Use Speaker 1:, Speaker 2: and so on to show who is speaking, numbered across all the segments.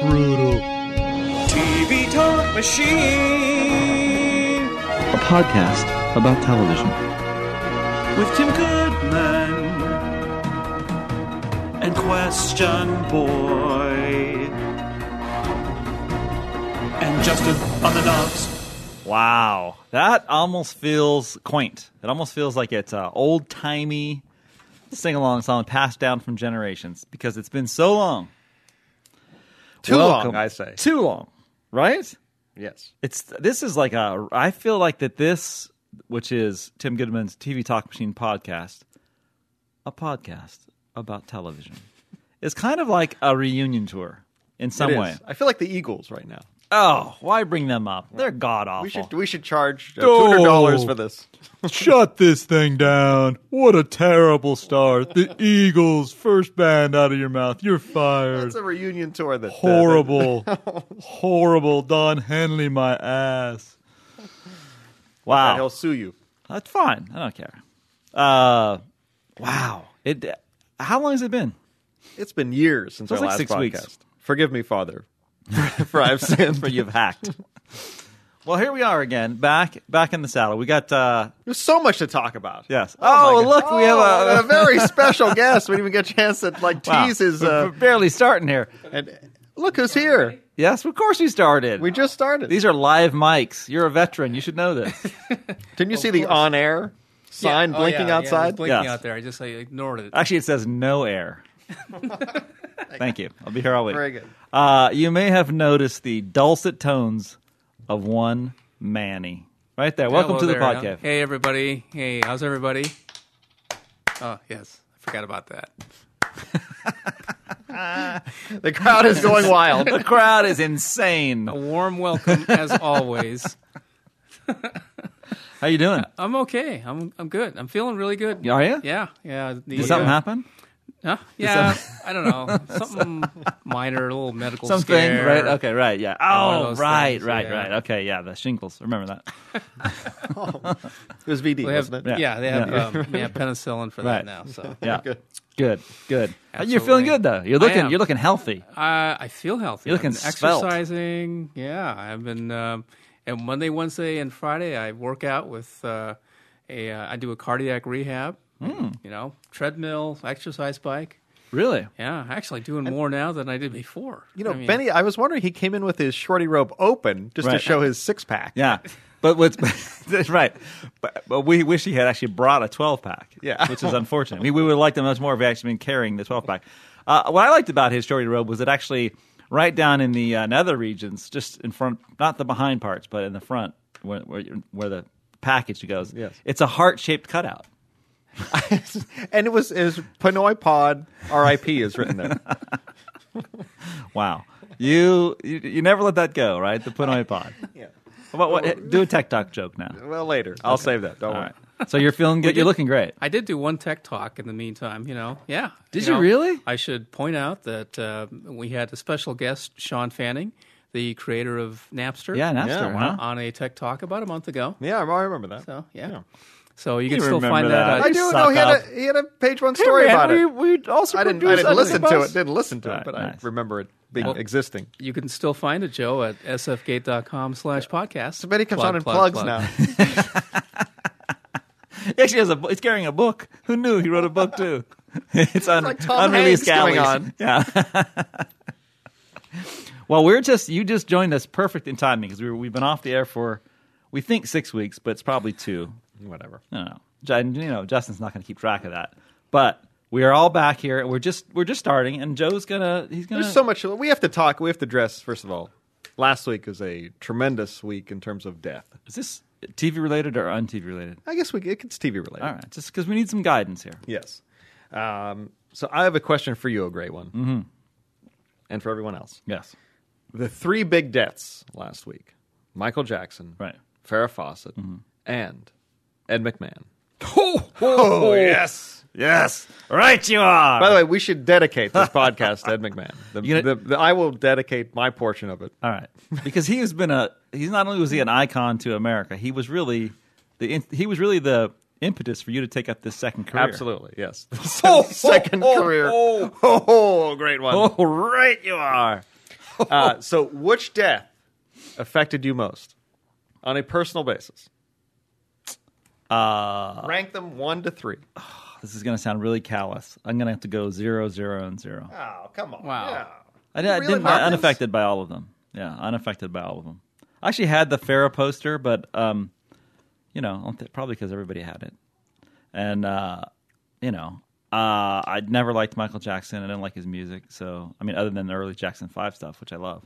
Speaker 1: Brutal.
Speaker 2: TV Talk Machine
Speaker 3: a podcast about television.
Speaker 2: with Tim Goodman and Question Boy and Justin on the knobs.
Speaker 4: Wow, that almost feels quaint. It almost feels like it's an old timey sing along song passed down from generations because it's been so long.
Speaker 1: Too
Speaker 4: Welcome-
Speaker 1: long, I say.
Speaker 4: Too long, right?
Speaker 1: Yes.
Speaker 4: It's this is like a. I feel like that this, which is Tim Goodman's TV Talk Machine podcast, a podcast about television, is kind of like a reunion tour in some
Speaker 1: It
Speaker 4: way.
Speaker 1: is. I feel like the Eagles right now.
Speaker 4: Oh, why bring them up? They're god awful.
Speaker 1: We should we should charge uh, two hundred dollars
Speaker 4: No.
Speaker 1: for this.
Speaker 4: Shut this thing down. What a terrible start. The Eagles, first band out of your mouth. You're fired.
Speaker 1: It's a reunion tour that
Speaker 4: Horrible. Horrible. Don Henley, my ass.
Speaker 1: that- that he'll
Speaker 4: Wow.
Speaker 1: sue you.
Speaker 4: That's fine. I don't care. Uh, wow. It. How long has it been?
Speaker 1: It's been years since
Speaker 4: Feels
Speaker 1: our
Speaker 4: like
Speaker 1: last
Speaker 4: six
Speaker 1: podcast.
Speaker 4: weeks.
Speaker 1: Forgive me, Father, for, for I've sinned.
Speaker 4: For you've hacked. well, here we are again, back back in the saddle. We got uh
Speaker 1: There's so much to talk about.
Speaker 4: yes.
Speaker 1: my
Speaker 4: Oh,
Speaker 1: God.
Speaker 4: look, we have
Speaker 1: Oh,
Speaker 4: a,
Speaker 1: and a very special guest. We didn't even get a chance to like
Speaker 4: wow.
Speaker 1: tease his.
Speaker 4: We're-
Speaker 1: Uh,
Speaker 4: we're barely starting here.
Speaker 1: and look who's here.
Speaker 4: Yes, of course we started.
Speaker 1: We just started.
Speaker 4: These are live mics. You're a veteran. You should know this.
Speaker 1: Didn't you see the on air sign
Speaker 5: Yeah. Oh,
Speaker 1: blinking
Speaker 5: yeah, yeah, it was
Speaker 1: outside?
Speaker 5: blinking
Speaker 4: Yes.
Speaker 5: out there. I just I ignored it.
Speaker 4: Actually, it says no air. Thank you. I'll be here all week.
Speaker 1: Very good.
Speaker 4: Uh, you may have noticed the dulcet tones of one Manny right there. Welcome
Speaker 5: Hello
Speaker 4: to the
Speaker 5: there.
Speaker 4: podcast.
Speaker 5: Hey everybody. Hey, how's everybody? Oh yes, I forgot about that.
Speaker 1: The crowd is going wild.
Speaker 4: The crowd is insane.
Speaker 5: A warm welcome as always.
Speaker 4: How you doing?
Speaker 5: I'm okay. I'm I'm good. I'm feeling really good.
Speaker 4: Are you?
Speaker 5: Uh, Yeah, yeah. The,
Speaker 4: Did something
Speaker 5: uh,
Speaker 4: happen?
Speaker 5: Huh? Yeah, I don't know. Something minor, a little medical
Speaker 4: Something,
Speaker 5: scare.
Speaker 4: right? Okay, right, yeah.
Speaker 5: one of
Speaker 4: Oh,
Speaker 5: those
Speaker 4: right,
Speaker 5: things,
Speaker 4: right,
Speaker 5: yeah.
Speaker 4: right. Okay, yeah, the shingles. Remember that.
Speaker 1: Oh. It was VD,
Speaker 5: They have,
Speaker 1: wasn't it?
Speaker 5: yeah.
Speaker 4: Yeah.
Speaker 5: they have
Speaker 4: Yeah.
Speaker 5: Um, yeah penicillin for
Speaker 4: Right.
Speaker 5: that now. So
Speaker 4: Yeah.
Speaker 1: Good.
Speaker 4: Good, good. You're feeling
Speaker 5: Absolutely.
Speaker 4: good though. You're
Speaker 5: I
Speaker 4: looking,
Speaker 5: am.
Speaker 4: you're looking healthy.
Speaker 5: Uh, I I feel healthy.
Speaker 4: You're looking
Speaker 5: I've been
Speaker 4: svelte.
Speaker 5: exercising. Yeah, I've been. Um, and Monday, Wednesday, and Friday, I work out with uh, a. Uh, I do a cardiac rehab.
Speaker 4: Hmm.
Speaker 5: You know, treadmill, exercise bike.
Speaker 4: Really?
Speaker 5: Yeah, actually doing more now than I did before.
Speaker 1: You know,
Speaker 5: I mean,
Speaker 1: Benny, I was wondering, he came in with his shorty robe open just to
Speaker 4: Right.
Speaker 1: show his six pack.
Speaker 4: Yeah. But what's that's right? But, but we wish he had actually brought a 12 pack.
Speaker 1: Yeah.
Speaker 4: which is unfortunate. we, we would have liked him much more if he had actually been carrying the 12 pack. Uh, what I liked about his shorty robe was it actually right down in the uh, nether regions, just in front, not the behind parts, but in the front where where, you- where the package goes.
Speaker 1: Yes.
Speaker 4: it's a heart shaped cutout.
Speaker 1: And it was, it was Pinoy Pod RIP is written there.
Speaker 4: Wow, you you, you never let that go, right? The put on iPod.
Speaker 1: yeah.
Speaker 4: What, what, do a tech talk joke now.
Speaker 1: Well, later. I'll save that. Don't
Speaker 4: All
Speaker 1: worry.
Speaker 4: right. So you're feeling good. You're looking great.
Speaker 5: I did do one tech talk in the meantime. You know, yeah.
Speaker 4: Did you really?
Speaker 5: I should point out that uh, we had a special guest, Sean Fanning, the creator of Napster.
Speaker 4: Yeah, Napster.
Speaker 1: Yeah,
Speaker 4: wow.
Speaker 5: on a tech talk about a month ago.
Speaker 1: Yeah, I remember that.
Speaker 5: So yeah. So you can
Speaker 4: You
Speaker 5: still
Speaker 4: remember
Speaker 5: find
Speaker 4: that.
Speaker 5: that.
Speaker 1: I
Speaker 5: out.
Speaker 4: You
Speaker 1: do
Speaker 4: suck
Speaker 1: know he had,
Speaker 4: up.
Speaker 1: a, he had a page one story
Speaker 4: Hey, man,
Speaker 1: about
Speaker 4: we,
Speaker 1: it.
Speaker 4: We also
Speaker 1: I didn't, I
Speaker 4: produce
Speaker 1: didn't
Speaker 4: Under
Speaker 1: listen
Speaker 4: the
Speaker 1: to it.
Speaker 4: Bus.
Speaker 1: Didn't listen to
Speaker 4: Right,
Speaker 1: it, but
Speaker 4: nice.
Speaker 1: I remember it being
Speaker 5: Well-
Speaker 1: existing.
Speaker 5: You can still find it, Joe, at sfgate.com slash podcast.
Speaker 1: So Benny comes
Speaker 5: Plug,
Speaker 1: on and
Speaker 5: plug,
Speaker 1: plugs
Speaker 5: plug.
Speaker 1: now.
Speaker 4: He actually has a. He's carrying a book. Who knew he wrote a book too? it's on
Speaker 1: like Tom
Speaker 4: unreleased
Speaker 1: Hanks going
Speaker 4: galleys.
Speaker 1: on.
Speaker 4: Yeah. well, we're just you just joined us perfect in timing because we were, we've been off the air for we think six weeks, but it's probably two.
Speaker 1: Whatever.
Speaker 4: I don't know. Ju- and, You know, Justin's not going to keep track of that, but we are all back here. We're just we're just starting, and Joe's gonna he's gonna
Speaker 1: There's so much. We have to talk. We have to dress, first of all. Last week was a tremendous week in terms of death.
Speaker 4: is this TV related or untv related?
Speaker 1: I guess we it's TV related.
Speaker 4: All right, just because we need some guidance here.
Speaker 1: Yes. Um, so I have a question for you, a great one, mm-hmm. and for everyone else.
Speaker 4: Yes,
Speaker 1: The three big deaths last week: Michael Jackson,
Speaker 4: right. Mm-hmm.
Speaker 1: Farrah Fawcett, and Ed McMahon.
Speaker 4: Oh, yes, yes, right you are.
Speaker 1: By the way, we should dedicate this podcast to Ed McMahon. The,
Speaker 4: You gonna-
Speaker 1: the- the- I will dedicate my portion of it.
Speaker 4: All right, because he has been a he's not only was he an icon to America, he was really the in- he was really the impetus for you to take up this second career.
Speaker 1: Absolutely, yes. oh, Second career. Oh, great one.
Speaker 4: Oh, right, you are.
Speaker 1: Uh, so, which death affected you most on a personal basis? Uh, Rank them one to three.
Speaker 4: This is going to sound really callous. I'm going to have to go zero, zero, and zero.
Speaker 1: Oh, come on.
Speaker 5: Wow.
Speaker 4: I, did- I
Speaker 1: Really,
Speaker 4: didn't.
Speaker 1: Marcus?
Speaker 4: unaffected by all of them. Yeah, unaffected by all of them. I actually had the Farrah poster, but um, you know, I don't think- probably because everybody had it, and uh, you know, uh, I'd never liked Michael Jackson. I didn't like his music. So, I mean, other than the early Jackson Five stuff, which I love.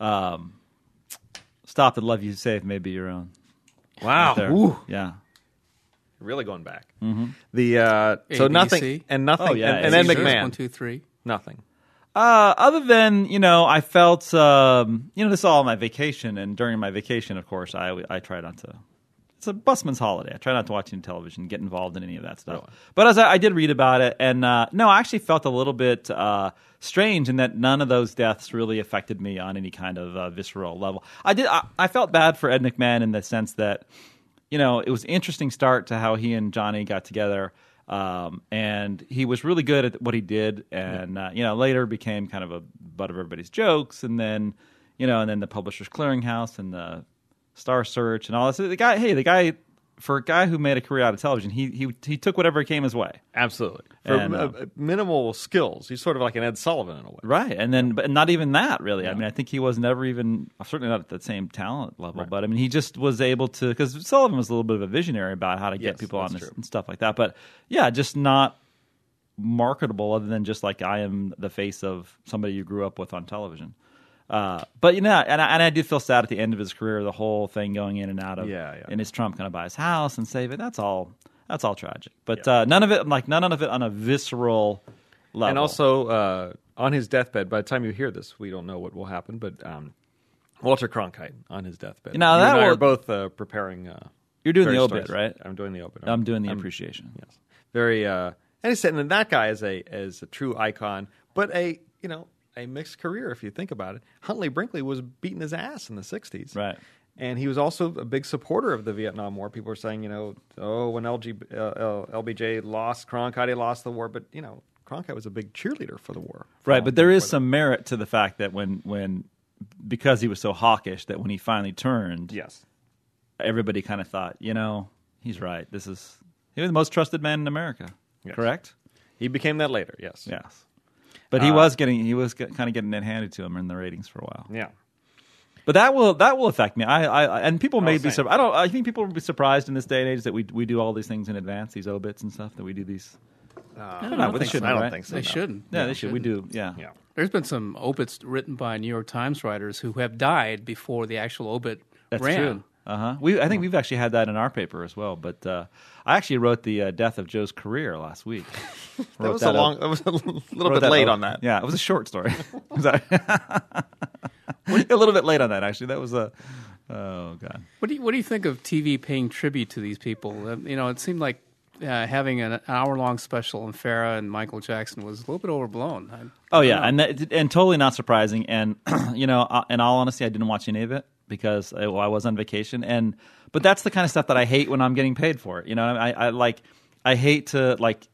Speaker 4: Um, Stop and love you, save may be your own.
Speaker 1: Wow.
Speaker 4: There.
Speaker 1: Ooh,
Speaker 4: Yeah.
Speaker 1: really going back.
Speaker 5: Mm-hmm.
Speaker 1: The uh, so
Speaker 5: A, B,
Speaker 1: nothing
Speaker 5: C.
Speaker 1: and nothing
Speaker 4: Oh, yeah,
Speaker 1: and, and
Speaker 4: A,
Speaker 1: then
Speaker 4: B, C.
Speaker 1: McMahon.
Speaker 5: One, two, three.
Speaker 1: Nothing.
Speaker 4: Uh, other than you know, I felt um, you know this is all my vacation, and during my vacation, of course, I I try not to. It's a busman's holiday. I try not to watch any television, get involved in any of that stuff. But as I, I did read about it, and uh, no, I actually felt a little bit uh, strange in that none of those deaths really affected me on any kind of uh, visceral level. I did. I, I felt bad for Ed McMahon in the sense that you know, it was an interesting start to how he and Johnny got together. Um, and he was really good at what he did, and uh, you know, later became kind of a butt of everybody's jokes. And then, you know, and then the Publishers Clearinghouse and the Star Search and all this. The guy, hey, the guy, for a guy who made a career out of television, he he he took whatever came his way.
Speaker 1: Absolutely. For
Speaker 4: And,
Speaker 1: uh,
Speaker 4: uh,
Speaker 1: minimal skills, he's sort of like an Ed Sullivan in a way.
Speaker 4: Right. And then, but not even that really. I mean, I think he was never even, certainly not at the same talent level, but I mean, he just was able to, because Sullivan was a little bit of a visionary about how to get
Speaker 1: Yes,
Speaker 4: people on
Speaker 1: that's
Speaker 4: this
Speaker 1: true.
Speaker 4: and stuff like that. But yeah, just not marketable other than just like I am the face of somebody you grew up with on television. Uh, but you know, and I, and I did feel sad at the end of his career, the whole thing going in and out of,
Speaker 1: Yeah, yeah.
Speaker 4: and is Trump going to buy his house and save it? That's all. That's all tragic. But uh, none of it, like none of it, on a visceral level.
Speaker 1: And also, uh, on his deathbed, by the time you hear this, we don't know what will happen, but um, Walter Cronkite on his deathbed.
Speaker 4: Now
Speaker 1: you
Speaker 4: that
Speaker 1: and I
Speaker 4: will-
Speaker 1: are both uh, preparing. Uh,
Speaker 4: You're doing the
Speaker 1: various
Speaker 4: obit,
Speaker 1: stories.
Speaker 4: right?
Speaker 1: I'm doing the obit.
Speaker 4: I'm doing the appreciation.
Speaker 1: Yes. Very. Uh, and he's and that guy is a is a true icon, but a you know a mixed career if you think about it. Huntley Brinkley was beating his ass in the '60s,
Speaker 4: Right.
Speaker 1: And he was also a big supporter of the Vietnam War. People are saying, you know, oh, when LG, uh, L- LBJ lost Cronkite, he lost the war. But you know, Cronkite was a big cheerleader for the war, Um,
Speaker 4: Right, but there is some merit to the fact that when when because he was so hawkish that when he finally turned,
Speaker 1: Yes,
Speaker 4: everybody kind of thought, you know, he's right. This is he was the most trusted man in America.
Speaker 1: Yes.
Speaker 4: Correct?
Speaker 1: he became that later. Yes,
Speaker 4: Yes. But he was getting he was get, kind of getting it handed to him in the ratings for a while.
Speaker 1: yeah.
Speaker 4: But that will that will affect me. I, I- I and people may be
Speaker 1: same.
Speaker 4: sur- I don't I think people will be surprised in this day and age that we we do all these things in advance, these obits and stuff that we do these.
Speaker 1: I
Speaker 4: no, they
Speaker 1: think so.
Speaker 4: shouldn't,
Speaker 1: I don't
Speaker 4: right?
Speaker 1: think so.
Speaker 5: They
Speaker 1: no.
Speaker 5: shouldn't.
Speaker 4: Yeah, they should. We do. Yeah.
Speaker 1: Yeah.
Speaker 5: There's been some obits written by New York Times writers who have died before the actual obit
Speaker 4: That's
Speaker 5: ran.
Speaker 4: true. Uh huh. We I think we've actually had that in our paper as well. But uh, I actually wrote the uh, death of Joe's career last week.
Speaker 1: That
Speaker 4: Wrote
Speaker 1: was a
Speaker 4: up-
Speaker 1: long. That was a little
Speaker 4: wrote
Speaker 1: bit
Speaker 4: that
Speaker 1: late
Speaker 4: up.
Speaker 1: on that.
Speaker 4: Yeah, it was a short story. Was that- a little bit late on that actually. That was a oh god.
Speaker 5: What do you What do you think of TV paying tribute to these people? Uh, You know, it seemed like uh, having an hour long special on Farrah and Michael Jackson was a little bit overblown. I,
Speaker 4: Oh yeah, and that, and totally not surprising. And you know, uh, in all honesty, I didn't watch any of it because I, well, I was on vacation. And but that's the kind of stuff that I hate when I'm getting paid for it. You know, I, I like I hate to like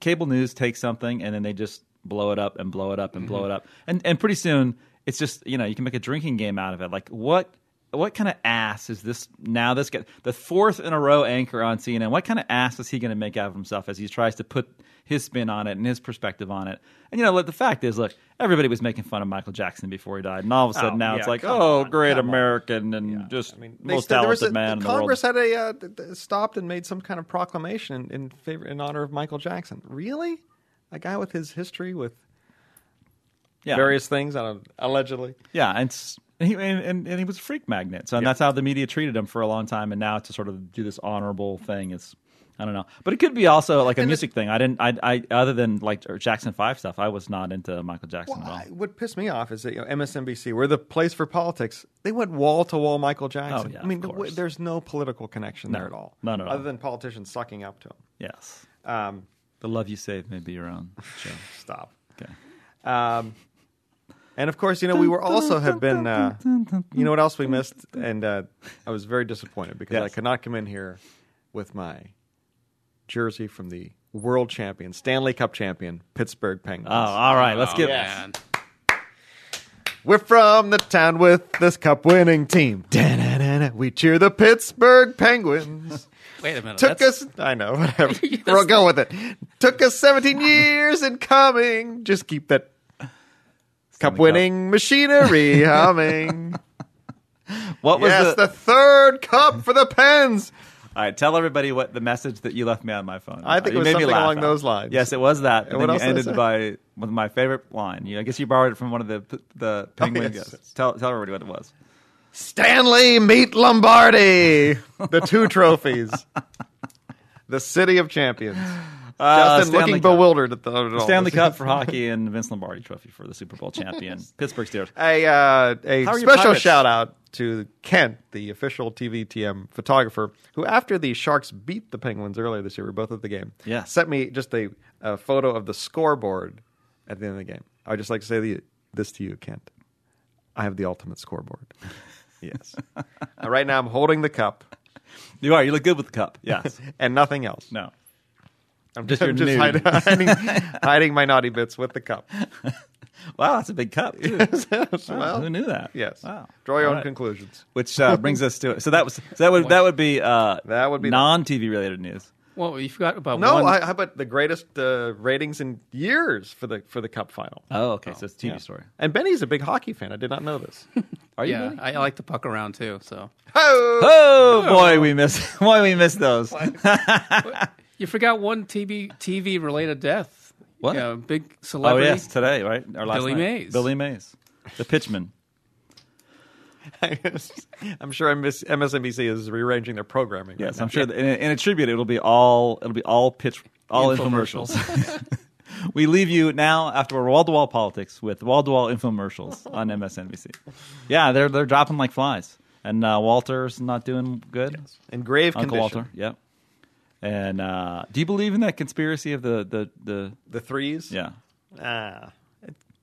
Speaker 4: cable news takes something and then they just blow it up and blow it up and blow it up. And and pretty soon it's just you know you can make a drinking game out of it. Like what what kind of ass is this now? This guy, the fourth in a row anchor on CNN. What kind of ass is he going to make out of himself as he tries to put his spin on it and his perspective on it? And you know, look, the fact is, look, everybody was making fun of Michael Jackson before he died, and all of a sudden
Speaker 1: Oh,
Speaker 4: now
Speaker 1: yeah,
Speaker 4: it's like,
Speaker 1: come
Speaker 4: oh,
Speaker 1: on,
Speaker 4: great
Speaker 1: come on.
Speaker 4: American and just
Speaker 1: I mean, they
Speaker 4: most
Speaker 1: said there was
Speaker 4: talented
Speaker 1: a-
Speaker 4: man in the world.
Speaker 1: Congress had a uh, th- th- stopped and made some kind of proclamation in, in favor in honor of Michael Jackson. Really, a guy with his history with
Speaker 4: yeah.
Speaker 1: various things, I don't, allegedly.
Speaker 4: Yeah, and s- and he, and, and, and he was a freak magnet. So and that's how the media treated him for a long time. And now to sort of do this honorable thing is, I don't know. But it could be also like a music thing. I didn't. I, I other than like or Jackson Five stuff, I was not into Michael Jackson
Speaker 1: Well,
Speaker 4: at all.
Speaker 1: I, what pissed me off is that you know, MSNBC, we're the place for politics. They went wall to wall Michael Jackson.
Speaker 4: Oh, yeah,
Speaker 1: I mean,
Speaker 4: of
Speaker 1: the w-
Speaker 4: course.
Speaker 1: there's no political connection there at all.
Speaker 4: none at all.
Speaker 1: Other than politicians sucking up to him.
Speaker 4: yes,
Speaker 1: Um,
Speaker 4: the love you save may be your own. Joe.
Speaker 1: stop.
Speaker 4: Okay.
Speaker 1: Um, and of course, you know, we were also have been. Uh, you know what else we missed? And uh, I was very disappointed because I
Speaker 4: Yes.
Speaker 1: could not come in here with my jersey from the world champion, Stanley Cup champion, Pittsburgh Penguins.
Speaker 4: Oh, all right. Let's get.
Speaker 5: man.
Speaker 1: We're from the town with this cup winning team. Da-na-na-na. We cheer the Pittsburgh Penguins.
Speaker 5: Wait a minute.
Speaker 1: Took
Speaker 5: that's-
Speaker 1: us, I know, whatever. We'll go with it. Took us 17 years in coming. Just keep that cup winning machinery humming.
Speaker 4: What was
Speaker 1: yes,
Speaker 4: the?
Speaker 1: the third cup for the Pens.
Speaker 4: All right, tell everybody what the message that you left me on my phone.
Speaker 1: I think it
Speaker 4: You
Speaker 1: was
Speaker 4: made me
Speaker 1: something
Speaker 4: laugh
Speaker 1: along
Speaker 4: out.
Speaker 1: those lines.
Speaker 4: Yes, it was that.
Speaker 1: And
Speaker 4: And
Speaker 1: what
Speaker 4: then you
Speaker 1: else did I
Speaker 4: ended
Speaker 1: say?
Speaker 4: by with my favorite line. You, I guess you borrowed it from one of the the penguin
Speaker 1: Oh, yes.
Speaker 4: guests. Tell tell everybody what it was.
Speaker 1: Stanley meet Lombardi. The two trophies. the city of champions.
Speaker 4: Uh,
Speaker 1: Justin
Speaker 4: Stanley
Speaker 1: looking
Speaker 4: Cup.
Speaker 1: bewildered at the at all
Speaker 4: Stanley
Speaker 1: this.
Speaker 4: Cup for hockey and Vince Lombardi Trophy for the Super Bowl champion Pittsburgh Steelers.
Speaker 1: a uh, a
Speaker 4: How are your
Speaker 1: special
Speaker 4: pirates?
Speaker 1: shout out to Kent, the official TVTM photographer, who after the Sharks beat the Penguins earlier this year, we were both at the game.
Speaker 4: Yeah.
Speaker 1: sent me just a, a photo of the scoreboard at the end of the game. I would just like to say the, this to you, Kent. I have the ultimate scoreboard. Yes. And right now, I'm holding the cup
Speaker 4: You are. You look good with the cup. Yes.
Speaker 1: and nothing else.
Speaker 4: no.
Speaker 1: I'm
Speaker 4: Just your
Speaker 1: just hiding,
Speaker 4: nude.
Speaker 1: hiding, hiding my naughty bits with the cup.
Speaker 4: Wow, that's a big cup. too. Wow,
Speaker 1: well,
Speaker 4: who knew that?
Speaker 1: Yes.
Speaker 4: Wow.
Speaker 1: Draw your
Speaker 4: All
Speaker 1: own
Speaker 4: right.
Speaker 1: conclusions.
Speaker 4: Which uh, brings us to so that was so that would that would be uh,
Speaker 1: That would be-
Speaker 4: non TV related news.
Speaker 5: Well, you forgot about
Speaker 1: No,
Speaker 5: one.
Speaker 1: I, how about the greatest uh, ratings in years for the for the Cup final?
Speaker 4: Oh, okay. so it's a TV story.
Speaker 1: And Benny's a big hockey fan. I did not know this.
Speaker 4: Are you?
Speaker 5: yeah,
Speaker 4: really?
Speaker 5: I like to puck around too. So
Speaker 1: oh,
Speaker 4: Oh boy, we miss boy we miss those.
Speaker 5: you forgot one TV TV related death.
Speaker 4: What?
Speaker 5: Yeah, big
Speaker 4: Oh
Speaker 5: celebrity.
Speaker 4: yes, today, right? Or last
Speaker 5: Billy
Speaker 4: night.
Speaker 5: Mays.
Speaker 4: Billy Mays, the pitchman.
Speaker 1: I'm sure MS, MSNBC is rearranging their programming.
Speaker 4: Yes,
Speaker 1: right
Speaker 4: I'm sure. That, in, a, in a tribute, it'll be all it'll be all pitch all infomercials. we leave you now after wall to wall politics with wall to wall infomercials on MSNBC. Yeah, they're they're dropping like flies, and uh, Walter's not doing good.
Speaker 1: now. in grave
Speaker 4: Uncle
Speaker 1: condition.
Speaker 4: Walter, yep. And uh, do you believe in that conspiracy of the the the?
Speaker 1: The threes.
Speaker 4: Yeah,
Speaker 1: Ah.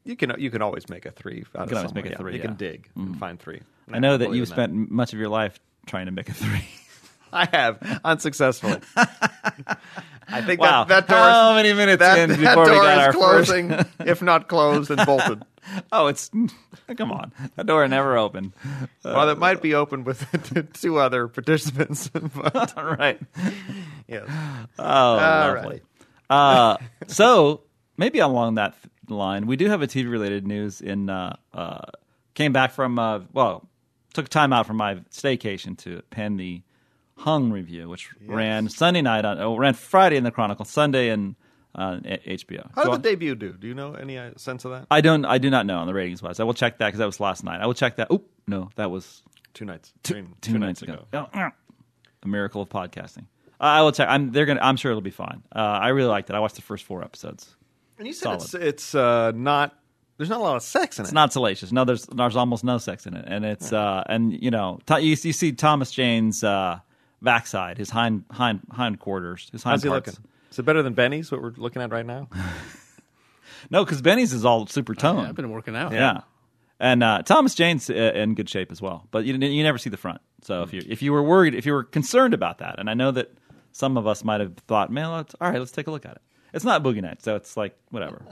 Speaker 1: you can you can always make a three. Out
Speaker 4: can
Speaker 1: of
Speaker 4: always make a
Speaker 1: somewhere,
Speaker 4: three,
Speaker 1: yeah. Mm-hmm. You can
Speaker 4: yeah.
Speaker 1: dig and find three.
Speaker 4: I know that
Speaker 1: believe
Speaker 4: you
Speaker 1: in
Speaker 4: spent m much of your life trying to make a three.
Speaker 1: I have unsuccessfully. I think
Speaker 4: Wow.
Speaker 1: that that door.
Speaker 4: How many minutes
Speaker 1: that,
Speaker 4: in
Speaker 1: that
Speaker 4: before we
Speaker 1: door
Speaker 4: got
Speaker 1: is
Speaker 4: our first-
Speaker 1: closing, if not closed and bolted.
Speaker 4: Oh, it's come on. That door never opened.
Speaker 1: well, it might be open with two other participants. but,
Speaker 4: All right.
Speaker 1: yes.
Speaker 4: Oh,
Speaker 1: All
Speaker 4: lovely. Uh, so maybe along that th- line, we do have a TV related news. In uh, uh, came back from uh, well, took time out from my staycation to pen the Hung review, which ran Sunday night on oh, ran Friday in the Chronicle, Sunday in uh, A- HBO.
Speaker 1: How
Speaker 4: So-
Speaker 1: did the debut do? Do you know any uh, sense of that?
Speaker 4: I don't. I do not know on the ratings wise. I will check that because that was last night. I will check that. Oh no, that was
Speaker 1: Two nights.
Speaker 4: two, two nights ago. Oh, the miracle of podcasting. Uh, I will check. I'm they're gonna. I'm sure it'll be fine. Uh, I really liked it. I watched the first four episodes.
Speaker 1: And you said it's, it's uh, not. There's not a lot of sex in it.
Speaker 4: It's not salacious. No, there's there's almost no sex in it, and it's uh and you know to- you, you see Thomas Jane's uh backside, his hind hind hind quarters, his hind
Speaker 1: How's he
Speaker 4: parts.
Speaker 1: looking? Is it better than Benny's? What we're looking at right now?
Speaker 4: No, because Benny's is all super toned.
Speaker 5: I've been working out.
Speaker 4: Oh, yeah. And uh, Thomas Jane's uh, in good shape as well, but you, you never see the front. So if you if you were worried, if you were concerned about that, and I know that some of us might have thought, man, let's, all right, let's take a look at it. It's not Boogie Nights, so it's like whatever.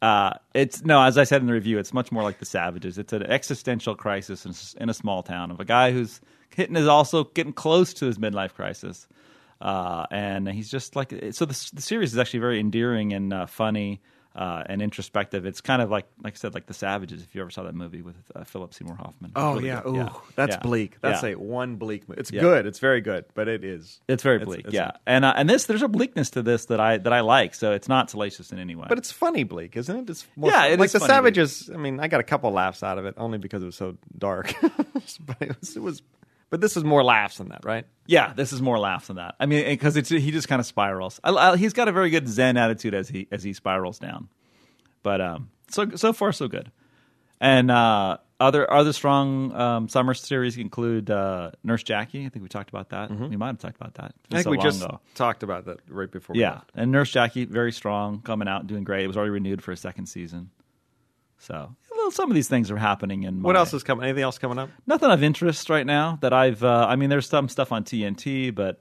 Speaker 4: Uh, it's no, as I said in the review, it's much more like the Savages. It's an existential crisis in, s- in a small town of a guy who's hitting is also getting close to his midlife crisis, uh, and he's just like so. The, s- the series is actually very endearing and uh, funny uh, and introspective. It's kind of like, like I said, like the Savages. If you ever saw that movie with uh, Philip Seymour Hoffman. It's
Speaker 1: Oh,
Speaker 4: really good. Oh, Yeah. Yeah.
Speaker 1: one bleak. mo- It's
Speaker 4: Yeah.
Speaker 1: It's very good, but it is.
Speaker 4: It's very bleak,
Speaker 1: it's-
Speaker 4: yeah, and uh, and this there's a bleakness to this that I that I like. So it's not salacious in any way.
Speaker 1: But it's funny bleak, isn't it? It's more
Speaker 4: Yeah, it
Speaker 1: like
Speaker 4: is
Speaker 1: the
Speaker 4: funny bleak.
Speaker 1: Savages. I mean, I got a couple laughs out of it only because it was so dark. but it was, it was. But this is more laughs than that, right?
Speaker 4: Yeah, this is more laughs than that. I mean, because it's he just kind of spirals. I, I, he's got a very good Zen attitude as he as he spirals down. But um, so so far so good. And uh, other other strong um, summer series include uh, Nurse Jackie. I think we talked about that. We might have talked about that. It's been
Speaker 1: Mm-hmm. I think
Speaker 4: so
Speaker 1: we
Speaker 4: long
Speaker 1: just
Speaker 4: ago.
Speaker 1: talked about that right before. we
Speaker 4: yeah.
Speaker 1: left.
Speaker 4: And Nurse Jackie, very strong, coming out, doing great. It was already renewed for a second season. So well, some of these things are happening. In
Speaker 1: What
Speaker 4: my-
Speaker 1: else is coming? Anything else coming up?
Speaker 4: nothing of interest right now that I've. Uh, I mean, there's some stuff on TNT, but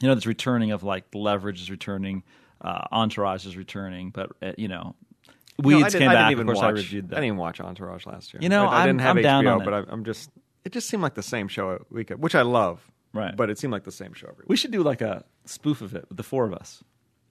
Speaker 4: you know, there's returning of like Leverage is returning, uh, Entourage is returning, but uh, you know,
Speaker 1: No, I
Speaker 4: Weeds
Speaker 1: didn't-
Speaker 4: came
Speaker 1: I didn't
Speaker 4: back. Of
Speaker 1: even
Speaker 4: course, I
Speaker 1: watch-
Speaker 4: reviewed that.
Speaker 1: I didn't watch Entourage last year.
Speaker 4: You know,
Speaker 1: I, I
Speaker 4: I'm-
Speaker 1: didn't have
Speaker 4: I'm
Speaker 1: HBO,
Speaker 4: down on it.
Speaker 1: but I, I'm just. It just seemed like the same show we could, which I love.
Speaker 4: Right.
Speaker 1: But it seemed like the same show every week.
Speaker 4: we should do like a spoof of it with the four of us.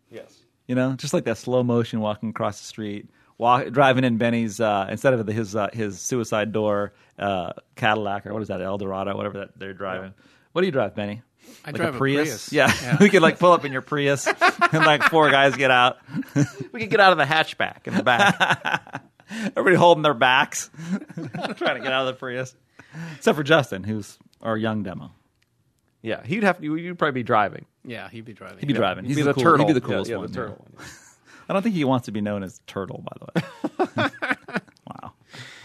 Speaker 1: Yes.
Speaker 4: You know, just like that slow motion walking across the street, walk, driving in Benny's uh, instead of the, his uh, his suicide door uh, Cadillac or what is that Eldorado, whatever that they're driving. What do you drive, Benny?
Speaker 5: I drive a Prius.
Speaker 4: Yeah,
Speaker 5: Yeah.
Speaker 4: we could like pull up in your Prius and like four guys get out.
Speaker 1: We could get out of the hatchback in the back.
Speaker 4: Everybody holding their backs, trying to get out of the Prius, except for Justin, who's our young demo.
Speaker 1: yeah, he'd have to. You'd probably be driving.
Speaker 5: Yeah, he'd be driving.
Speaker 4: He'd be driving.
Speaker 1: He'd
Speaker 4: He's
Speaker 1: be
Speaker 4: the,
Speaker 1: the
Speaker 4: cool-
Speaker 1: turtle.
Speaker 4: He'd be the coolest
Speaker 1: yeah, yeah,
Speaker 4: one.
Speaker 1: The
Speaker 4: yeah.
Speaker 1: turtle one.
Speaker 4: I don't think he wants to be known as Turtle, by the way. wow.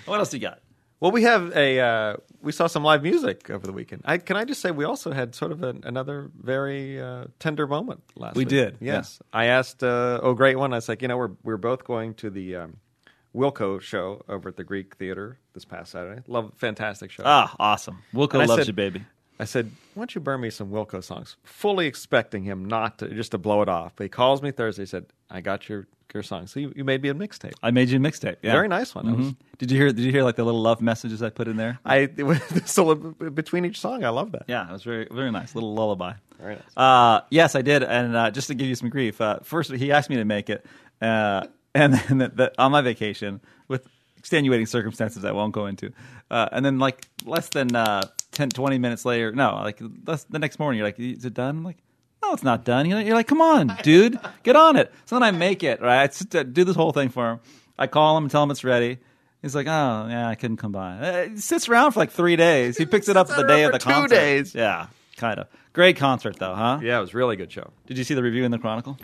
Speaker 4: What else you got?
Speaker 1: Well, we have a uh, we saw some live music over the weekend. I, can I just say we also had sort of an, another very uh, tender moment last.
Speaker 4: We
Speaker 1: week.
Speaker 4: did,
Speaker 1: yes. I asked, uh, oh great one! I was like, you know, we're we're both going to the um, Wilco show over at the Greek Theater this past Saturday. Love, fantastic show.
Speaker 4: Ah, awesome. Wilco
Speaker 1: And I
Speaker 4: loves
Speaker 1: said-
Speaker 4: you, baby.
Speaker 1: I said, why don't you burn me some Wilco songs? Fully expecting him not to just to blow it off. But he calls me Thursday. He said, I got your your song. So you, you made me a mixtape.
Speaker 4: I made you a mixtape. Yeah.
Speaker 1: Very nice one. I was-
Speaker 4: Mhm. Did you hear? Did you hear like the little love messages I put in there?
Speaker 1: I it was, so between each song, I love that.
Speaker 4: Yeah, it was very very nice. Little lullaby.
Speaker 1: Very nice.
Speaker 4: Uh, yes, I did. And uh, just to give you some grief, uh, first he asked me to make it, uh, and then the, the, on my vacation with extenuating circumstances I won't go into, uh, and then like less than uh, 10, 20 minutes later, no, like less, the next morning, you're like, is it done? I'm like. No, it's not done. You're like, you're like, come on, dude, get on it. So then I make it, right? I sit- do this whole thing for him. I call him and tell him it's ready. He's like, oh, yeah, I couldn't come by. Uh, He sits around for like three days. He picks it up
Speaker 1: Sits
Speaker 4: the day
Speaker 1: around
Speaker 4: of the
Speaker 1: for two
Speaker 4: concert.
Speaker 1: days.
Speaker 4: Yeah, kind of. Great concert though, huh?
Speaker 1: Yeah, it was a really good show.
Speaker 4: Did you see the review in the Chronicle?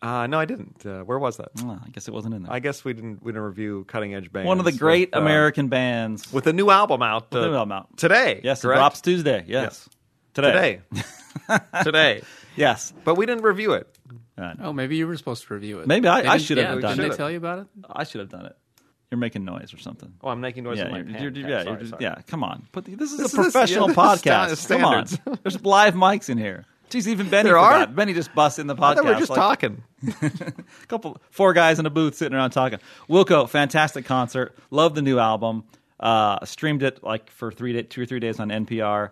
Speaker 1: Uh, no, I didn't. Uh, where was that?
Speaker 4: Oh, I guess it wasn't in there.
Speaker 1: I guess we didn't. We didn't review Cutting Edge Bands.
Speaker 4: One of the great
Speaker 1: with, uh,
Speaker 4: American bands.
Speaker 1: with a new album out. uh,
Speaker 4: a new album out.
Speaker 1: today.
Speaker 4: yes, it
Speaker 1: correct?
Speaker 4: drops Tuesday. Yes, today.
Speaker 1: today. today.
Speaker 4: Yes.
Speaker 1: But we didn't review it.
Speaker 5: Oh, maybe you were supposed to review it.
Speaker 4: Maybe I-
Speaker 5: They
Speaker 4: I
Speaker 5: didn't-
Speaker 4: should have
Speaker 5: yeah,
Speaker 4: done
Speaker 5: Didn't
Speaker 1: should've.
Speaker 5: they tell you about it?
Speaker 4: I should have done it. You're making noise or something.
Speaker 1: Oh, I'm making noise.
Speaker 4: yeah,
Speaker 1: with my
Speaker 4: you're-
Speaker 1: pan.
Speaker 4: you're-
Speaker 1: Okay,
Speaker 4: yeah,
Speaker 1: sorry,
Speaker 4: you're-
Speaker 1: sorry.
Speaker 4: yeah. Come on, but this is
Speaker 1: This
Speaker 4: a
Speaker 1: is- yeah,
Speaker 4: professional
Speaker 1: this is
Speaker 4: podcast.
Speaker 1: sta-
Speaker 4: come on,
Speaker 1: standards.
Speaker 4: there's live mics in here. Jeez, even Benny
Speaker 1: There are?
Speaker 4: forgot. Benny just busts in the podcast.
Speaker 1: I thought we were just
Speaker 4: like,
Speaker 1: talking.
Speaker 4: a couple four guys in a booth sitting around talking. Wilco, fantastic concert. Love the new album. Uh, streamed it like for three day, two or three days on NPR.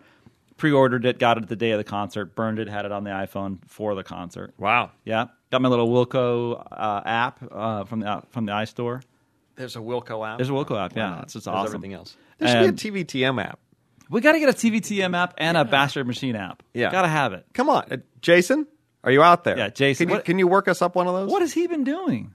Speaker 4: Pre-ordered it, got it the day of the concert, burned it, had it on the iPhone for the concert.
Speaker 1: Wow.
Speaker 4: Yeah, got my little Wilco uh, app uh, from the uh, from the iStore.
Speaker 1: There's a Wilco app.
Speaker 4: There's a Wilco app.
Speaker 1: Why
Speaker 4: Yeah,
Speaker 1: not?
Speaker 4: it's just
Speaker 1: There's
Speaker 4: awesome.
Speaker 1: everything else. There should
Speaker 4: And-
Speaker 1: be a TVTM app.
Speaker 4: We got to get a TVTM app and a Bastard Machine app.
Speaker 1: Yeah.
Speaker 4: gotta have it.
Speaker 1: Come on, uh, Jason. Are you out there?
Speaker 4: Yeah, Jason,
Speaker 1: Can you,
Speaker 4: what-
Speaker 1: can you work us up one of those?
Speaker 4: What has he been doing?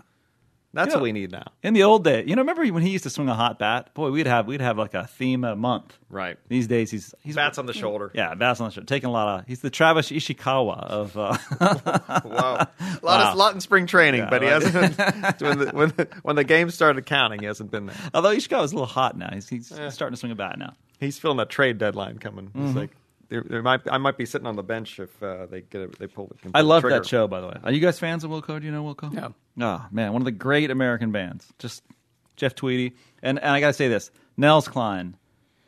Speaker 1: That's
Speaker 4: you know-
Speaker 1: what we need now.
Speaker 4: In the old day, you know, remember when he used to swing a hot bat? Boy, we'd have we'd have like a theme a month.
Speaker 1: Right.
Speaker 4: These days, he's he's
Speaker 1: Bats on the shoulder.
Speaker 4: Yeah, bats on the shoulder. Taking a lot of. He's the Travis Ishikawa of. Uh,
Speaker 1: Wow. A lot, of, lot in spring training, but he hasn't. when, the, when, the, when the game started counting, he hasn't been there.
Speaker 4: although Ishikawa's a little hot now, he's, he's starting to swing a bat now.
Speaker 1: He's feeling a trade deadline coming. He's
Speaker 4: Mm-hmm.
Speaker 1: like, there, there might, I might be sitting on the bench if uh, they get a, they pull it.
Speaker 4: I love that show, by the way. Are you guys fans of Wilco? Do you know Wilco?
Speaker 5: No.
Speaker 4: Oh man, one of the great American bands. Just Jeff Tweedy, and and I gotta say this, Nels Klein,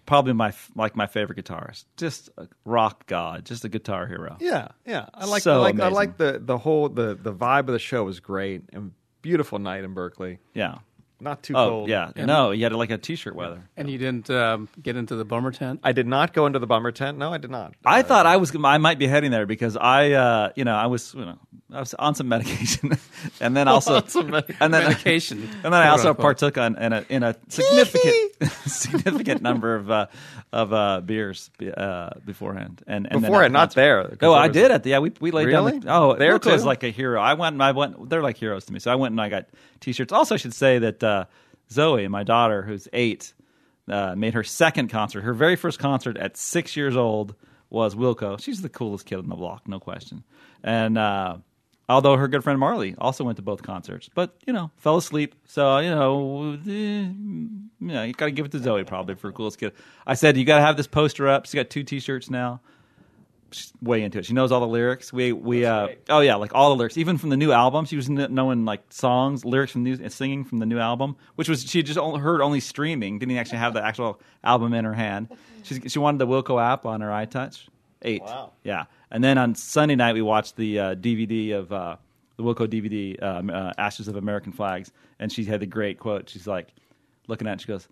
Speaker 4: probably my f- like my favorite guitarist. Just a rock god, just a guitar hero.
Speaker 1: Yeah, yeah. I like
Speaker 4: So
Speaker 1: I like, I
Speaker 4: amazing.
Speaker 1: like the the whole the the vibe of the show was great and beautiful night in Berkeley.
Speaker 4: Yeah.
Speaker 1: Not too
Speaker 4: Oh
Speaker 1: cold.
Speaker 4: yeah, no, he had like a t-shirt weather.
Speaker 5: And you didn't um, get into the bummer tent.
Speaker 1: I did not go into the bummer tent. No, I did not. Uh,
Speaker 4: I thought I was I might be heading there because I uh, you know I was you know I was on some medication and then also and then
Speaker 5: medication,
Speaker 4: and then I also
Speaker 5: quote-unquote.
Speaker 4: partook on in a in a significant significant number of uh, of uh, beers uh, beforehand and, and then
Speaker 1: Beforehand,
Speaker 4: at the
Speaker 1: not
Speaker 4: concert.
Speaker 1: there, 'cause
Speaker 4: No,
Speaker 1: there
Speaker 4: I
Speaker 1: was-
Speaker 4: did at the yeah we we laid
Speaker 1: Really?
Speaker 4: down. The, oh,
Speaker 1: There
Speaker 4: there
Speaker 1: too?
Speaker 4: was like a hero. I went and I went. They're like heroes to me. So I went and I got t-shirts. Also, I should say that uh, Zoe, my daughter, who's eight uh, made her second concert. Her very first concert at six years old was Wilco. She's the coolest kid on the block, no question. And uh, although her good friend Marley also went to both concerts, but you know, fell asleep. So you know, eh, you, know, you got to give it to Zoe probably for coolest kid. I said you got to have this poster up. She's got two T-shirts now. She's way into it. She knows all the lyrics. We we uh, oh yeah, like all the lyrics, even from the new album. She was kn- knowing like songs, lyrics from new and singing from the new album, which was she just only heard only streaming. Didn't actually have the actual album in her hand. She she wanted the Wilco app on her iTouch eight.
Speaker 1: Wow.
Speaker 4: Yeah, and then on Sunday night we watched the uh, DVD of uh, the Wilco DVD, um, uh, Ashes of American Flags, and she had the great quote. She's like, looking at it, she goes,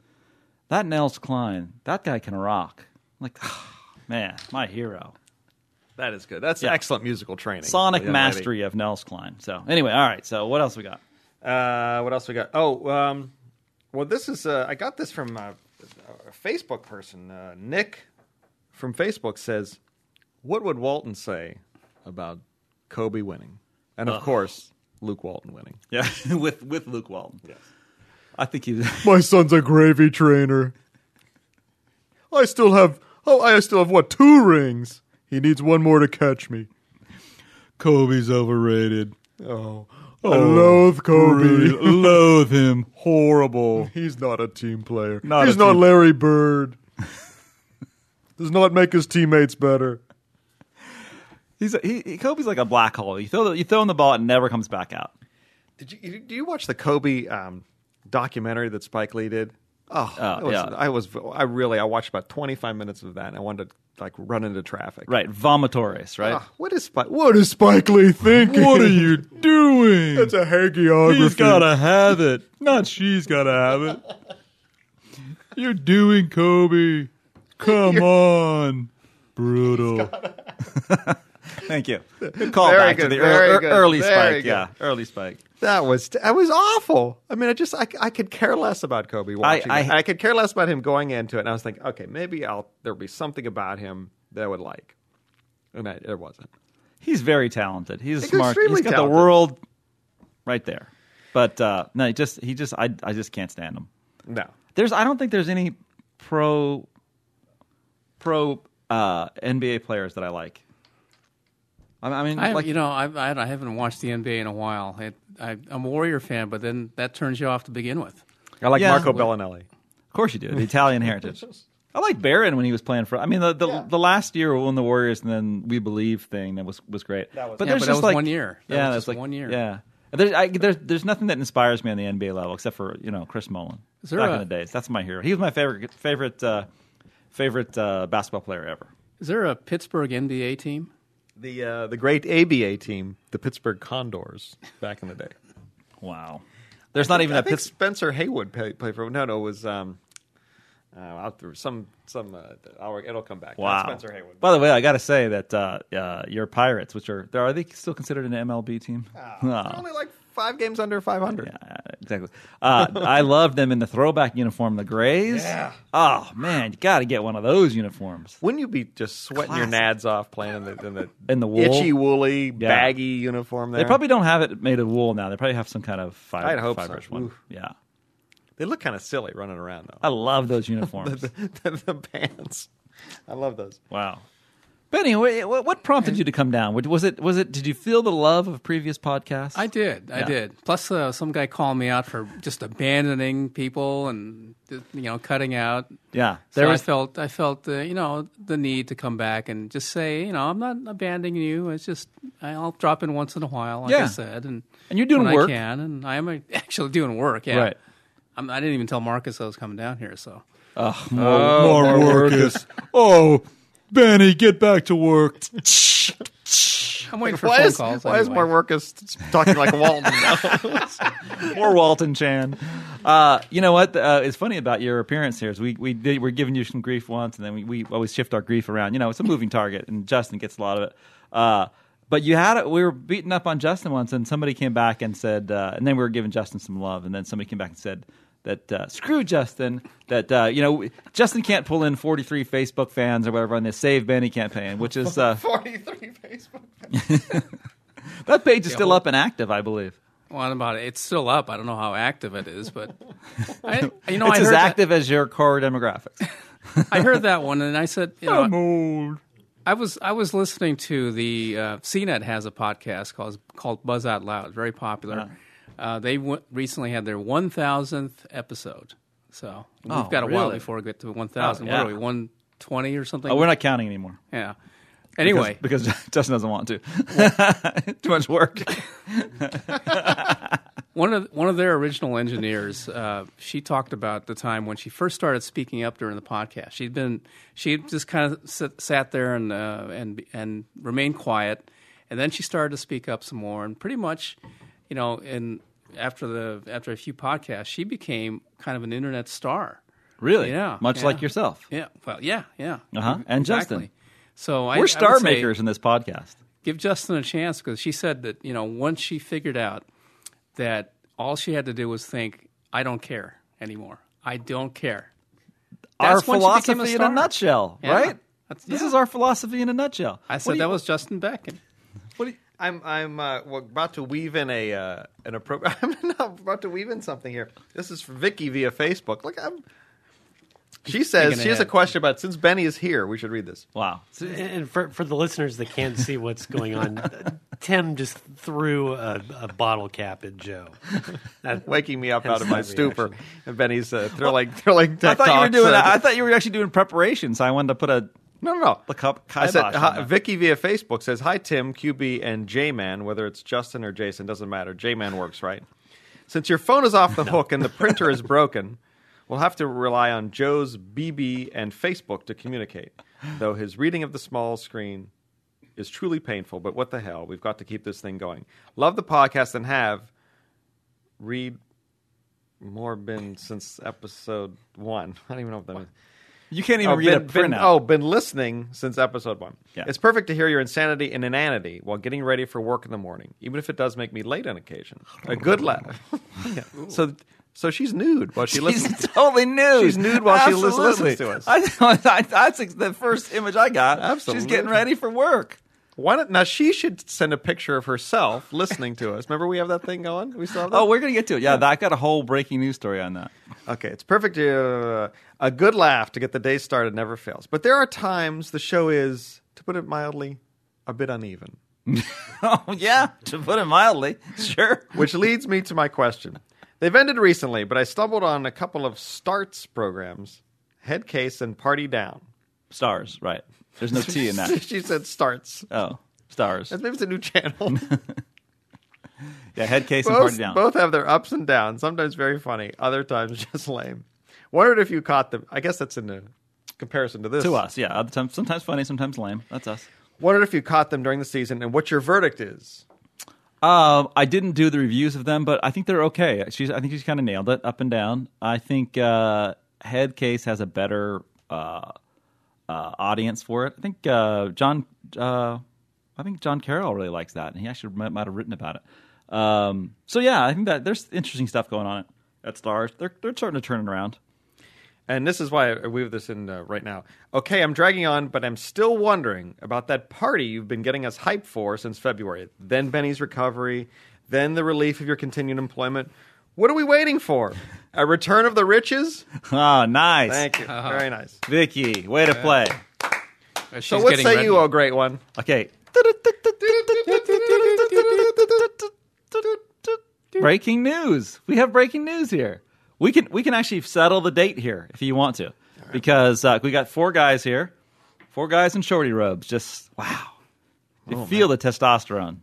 Speaker 4: That Nels Klein, that guy can rock. I'm like, "Ah, man, my hero.
Speaker 1: That is good. That's
Speaker 4: Yeah.
Speaker 1: excellent musical training.
Speaker 4: Sonic
Speaker 1: young lady.
Speaker 4: mastery of Nels Klein. So, anyway, all right. So, what else we got?
Speaker 1: Uh, what else we got? Oh, um, well, this is uh, I got this from uh, a Facebook person. Uh, Nick from Facebook says, "What would Walton say about Kobe winning?" And of course, Luke Walton winning.
Speaker 4: Yeah, with with Luke Walton. Yes. I think he was.
Speaker 1: My son's a gravy trainer. I still have oh, I still have what two rings. He needs one more to catch me.
Speaker 4: Kobe's overrated.
Speaker 1: Oh, I loathe Kobe.
Speaker 4: Loathe him.
Speaker 1: Horrible. He's not a team player.
Speaker 4: Not
Speaker 1: He's
Speaker 4: a
Speaker 1: not
Speaker 4: team-
Speaker 1: Larry Bird. Does not make his teammates better.
Speaker 4: He's a, he, he- Kobe's like a black hole. You throw the, you throw in the ball, it never comes back out.
Speaker 1: Did you do you watch the Kobe um, documentary that Spike Lee did? Oh,
Speaker 4: Oh,
Speaker 1: it was-
Speaker 4: yeah.
Speaker 1: I was I really I watched about 25 minutes of that and I wanted to like run into traffic.
Speaker 4: Right, vomitores. Right.
Speaker 1: Ah, what is Spike? What is Spike Lee thinking?
Speaker 4: What are you doing?
Speaker 1: It's a hagiography.
Speaker 4: He's gotta have it. Not she's gotta have it. You're doing Kobe. Come on. Brutal. Thank you. Good call
Speaker 1: Very
Speaker 4: back to
Speaker 1: good,
Speaker 4: the
Speaker 1: very
Speaker 4: ear-
Speaker 1: good,
Speaker 4: early
Speaker 1: very
Speaker 4: spike.
Speaker 1: good.
Speaker 4: Yeah, early spike.
Speaker 1: That was that was awful. I mean, I just I, I could care less about Kobe watching.
Speaker 4: I-
Speaker 1: it. I could care less about him going into it. And I was thinking, okay, maybe I'll there'll be something about him that I would like, and I, it wasn't.
Speaker 4: He's very talented. He's,
Speaker 1: He's
Speaker 4: smart. He's
Speaker 1: extremely
Speaker 4: got
Speaker 1: talented.
Speaker 4: the world right there. But uh, no, he just he just I I just can't stand him.
Speaker 1: No,
Speaker 4: There's I don't think there's any pro pro uh, NBA players that I like. I, I mean,
Speaker 5: I,
Speaker 4: like
Speaker 5: you know, I, I I haven't watched the NBA in a while. It, I, I'm a Warrior fan, but then that turns you off to begin with.
Speaker 1: I like
Speaker 4: Yeah.
Speaker 1: Marco Bellinelli.
Speaker 4: Of course you do. The Italian heritage. I like Barron when he was playing for. I mean, the the, the last year when the Warriors and then we believe thing that was was great. but
Speaker 5: Yeah,
Speaker 4: there's
Speaker 5: but that
Speaker 4: just
Speaker 5: was
Speaker 4: like
Speaker 5: one year. That
Speaker 4: yeah,
Speaker 5: was
Speaker 4: that's
Speaker 5: just
Speaker 4: like
Speaker 5: one year.
Speaker 4: Yeah, there's, I, there's there's nothing that inspires me on the NBA level except for you know Chris Mullen
Speaker 5: Is there
Speaker 4: back
Speaker 5: a-
Speaker 4: in the days. That's my hero. He was my favorite favorite uh, favorite uh, basketball player ever.
Speaker 5: Is there a Pittsburgh NBA team?
Speaker 1: The uh, the great ABA team, the Pittsburgh Condors, back in the day.
Speaker 4: Wow. There's not even
Speaker 1: I
Speaker 4: a
Speaker 1: think
Speaker 4: Pitts.
Speaker 1: Spencer Haywood play- played for. No, no, it was um, uh, out there- some some. Uh, hour, it'll come back. Not
Speaker 4: Wow.
Speaker 1: Spencer Haywood.
Speaker 4: By the way, I got to say that uh, uh, your Pirates, which are are they still considered an MLB team?
Speaker 5: Uh,
Speaker 1: They're only like five games under five hundred.
Speaker 4: Uh, exactly. Uh, I love them in the throwback uniform, the grays.
Speaker 1: Yeah.
Speaker 4: Oh man, you got to get one of those uniforms.
Speaker 1: Wouldn't you be just sweating your nads off playing in the in the,
Speaker 4: In the wool?
Speaker 1: itchy woolly baggy uniform? There,
Speaker 4: They probably don't have it made of wool now. They probably have some kind of fiber,
Speaker 1: I'd hope so.
Speaker 4: fiberish one.
Speaker 1: Oof.
Speaker 4: Yeah,
Speaker 1: they look kind of silly running around though.
Speaker 4: I love those uniforms.
Speaker 1: the, the pants, I love those.
Speaker 4: wow. But anyway, what, what prompted you to come down? Was it was it? Did you feel the love of previous podcasts?
Speaker 5: I did. I
Speaker 4: Yeah.
Speaker 5: did. Plus, uh, some guy called me out for just abandoning people and you know cutting out.
Speaker 4: Yeah,
Speaker 5: So
Speaker 4: there
Speaker 5: I
Speaker 4: was
Speaker 5: felt I felt uh, you know the need to come back and just say you know I'm not abandoning you. It's just I'll drop in once in a while, like
Speaker 4: Yeah.
Speaker 5: I said, and
Speaker 4: And you're doing
Speaker 5: when
Speaker 4: work.
Speaker 5: I can, and I am uh, actually doing work. Yeah,
Speaker 4: Right.
Speaker 5: I'm, I didn't even tell Marcus I was coming down here. So
Speaker 4: more, more work. is- oh, Benny, get back to work.
Speaker 5: I'm waiting for
Speaker 1: Why
Speaker 5: phone
Speaker 1: is,
Speaker 5: calls.
Speaker 1: why is
Speaker 5: anyway.
Speaker 1: more workers talking like Walton? now?
Speaker 4: or Walton Chan. Uh, you know what? Uh, it's funny about your appearance here is we we did, we're giving you some grief once, and then we, we always shift our grief around. You know, it's a moving target, and Justin gets a lot of it. Uh, but you had it. We were beating up on Justin once, and somebody came back and said, uh, and then we were giving Justin some love, and then somebody came back and said. That uh, screw Justin. That uh, you know, Justin can't pull in forty-three Facebook fans or whatever on this Save Benny campaign, which is uh,
Speaker 1: Forty-three Facebook.
Speaker 4: that page is still up and active, I believe.
Speaker 5: Well, I don't know about it. It's still up. I don't know how active it is, but I, you know,
Speaker 4: it's
Speaker 5: I
Speaker 4: as
Speaker 5: heard
Speaker 4: active as your core demographics. Uh,
Speaker 5: That, I heard that one, and I said, you know,
Speaker 4: old.
Speaker 5: I was I was listening to the uh, CNET has a podcast called called Buzz Out Loud, very popular. Uh, they w- recently had their one thousandth episode, so we've
Speaker 4: Oh,
Speaker 5: got a while
Speaker 4: really?
Speaker 5: before we get to one thousand.
Speaker 4: Oh,
Speaker 5: What
Speaker 4: yeah.
Speaker 5: are we one twenty or something?
Speaker 4: Oh, we're not counting anymore.
Speaker 5: yeah. Anyway,
Speaker 4: because, because Justin doesn't want to. Too much work.
Speaker 5: one of one of their original engineers, uh, she talked about the time when she first started speaking up during the podcast. She'd been she just kind of sit, sat there and uh, and and remained quiet, And then she started to speak up some more, and pretty much, you know, and after the after a few podcasts, she became kind of an internet star.
Speaker 4: Really?
Speaker 5: Yeah,
Speaker 4: Much
Speaker 5: yeah.
Speaker 4: like yourself.
Speaker 5: Yeah. Well, yeah, yeah.
Speaker 4: Uh-huh. And
Speaker 5: exactly.
Speaker 4: Justin.
Speaker 5: So I, I
Speaker 4: We're
Speaker 5: would
Speaker 4: star
Speaker 5: say
Speaker 4: makers in this podcast.
Speaker 5: Give Justin a chance because she said that you know once she figured out that all she had to do was think, I don't care anymore. I don't care.
Speaker 4: Our
Speaker 5: That's when she became a
Speaker 4: philosophy in a
Speaker 5: star.
Speaker 4: nutshell,
Speaker 5: Yeah.
Speaker 4: right?
Speaker 5: That's-
Speaker 4: This
Speaker 5: yeah.
Speaker 4: is our philosophy in a nutshell.
Speaker 5: I said that was Justin Beck.
Speaker 1: I'm I'm uh, well, about to weave in a uh, an appropriate. I'm not about to weave in something here. This is for Vicky via Facebook. Look, I'm. She says
Speaker 5: Thinking
Speaker 1: she has a
Speaker 5: ahead.
Speaker 1: question about since Benny is here, we should read this.
Speaker 4: Wow.
Speaker 6: And- And for, for the listeners that can't see what's going on, Tim just threw a, a bottle cap at Joe. That-
Speaker 1: Waking me up
Speaker 6: Hence
Speaker 1: out of my
Speaker 6: that
Speaker 1: stupor, and Benny's uh, thrilling, thrilling
Speaker 4: I
Speaker 1: tech
Speaker 4: thought you were
Speaker 1: talks,
Speaker 4: doing.
Speaker 1: uh,
Speaker 4: I, I thought you were actually doing preparation, so I wanted to put a
Speaker 1: No, no, no.
Speaker 4: The cup-
Speaker 1: I said,
Speaker 4: kibosh
Speaker 5: uh,
Speaker 4: on
Speaker 1: hi,
Speaker 4: that.
Speaker 1: Vicky via Facebook says, Hi, Tim, QB, and J Man. Whether it's Justin or Jason, doesn't matter. J Man works, right? Since your phone is off the hook and the printer is broken, we'll have to rely on Joe's BB and Facebook to communicate. Though his reading of the small screen is truly painful, but what the hell? We've got to keep this thing going. Love the podcast and have read more been since episode one. I don't even know what that means.
Speaker 4: You can't even
Speaker 1: Oh,
Speaker 4: read
Speaker 1: been,
Speaker 4: a
Speaker 1: been-
Speaker 4: printout.
Speaker 1: oh, been listening since episode one.
Speaker 4: Yeah.
Speaker 1: It's perfect to hear your insanity and inanity while getting ready for work in the morning, even if it does make me late on occasion. A good laugh. Yeah. So, so she's nude while she
Speaker 4: She's
Speaker 1: listens.
Speaker 4: totally nude.
Speaker 1: She's nude while she lis-
Speaker 4: Absolutely.
Speaker 1: listens to us.
Speaker 4: I, I, that's ex- the first image I got.
Speaker 1: Absolutely.
Speaker 4: She's getting ready for work.
Speaker 1: Why not? Now she should send a picture of herself listening to us. Remember, we have that thing going. We still have that.
Speaker 4: Oh, we're gonna get to it. Yeah, I got a whole breaking news story on that.
Speaker 1: Okay, it's perfect. Uh, a good laugh to get the day started never fails. But there are times the show is, to put it mildly, a bit uneven.
Speaker 4: Oh yeah, to put it mildly. Sure.
Speaker 1: Which leads me to my question. They've ended recently, but I stumbled on a couple of starts programs, Head Case and Party Down.
Speaker 4: Stars, right? There's no T in that.
Speaker 1: she said starts.
Speaker 4: Oh, stars.
Speaker 1: Maybe it's a new channel.
Speaker 4: Yeah, head case and
Speaker 1: both,
Speaker 4: party down.
Speaker 1: both have their ups and downs, sometimes very funny, other times just lame. Wondered if you caught them. I guess that's in the comparison to this.
Speaker 4: to us. Yeah, other times, sometimes funny, sometimes lame. That's us.
Speaker 1: Wondered if you caught them during the season and what your verdict is.
Speaker 4: Um, I didn't do the reviews of them, but I think they're okay. She's, I think she's kind of nailed it up and down. I think uh, Head Case has a better uh, uh, audience for it. I think uh, John, uh, I think John Carroll really likes that, and he actually might, might have written about it. Um, so yeah, I think that there's interesting stuff going on at, at Stars. They're they're starting to turn it around.
Speaker 1: And this is why I weave this in uh, right now. Okay, I'm dragging on, but I'm still wondering about that party you've been getting us hyped for since February. Then Benny's recovery, then the relief of your continued employment. What are we waiting for? A return of the riches?
Speaker 4: Oh, nice,
Speaker 1: Thank you. Very nice.
Speaker 4: Vicky. Way to play.
Speaker 1: So, what say you, oh great one?
Speaker 4: Okay. Breaking news. We have breaking news here. We can we can actually settle the date here if you want to. Because uh, we got four guys here. Four guys in shorty robes. Just wow. You
Speaker 1: Oh,
Speaker 4: feel the testosterone.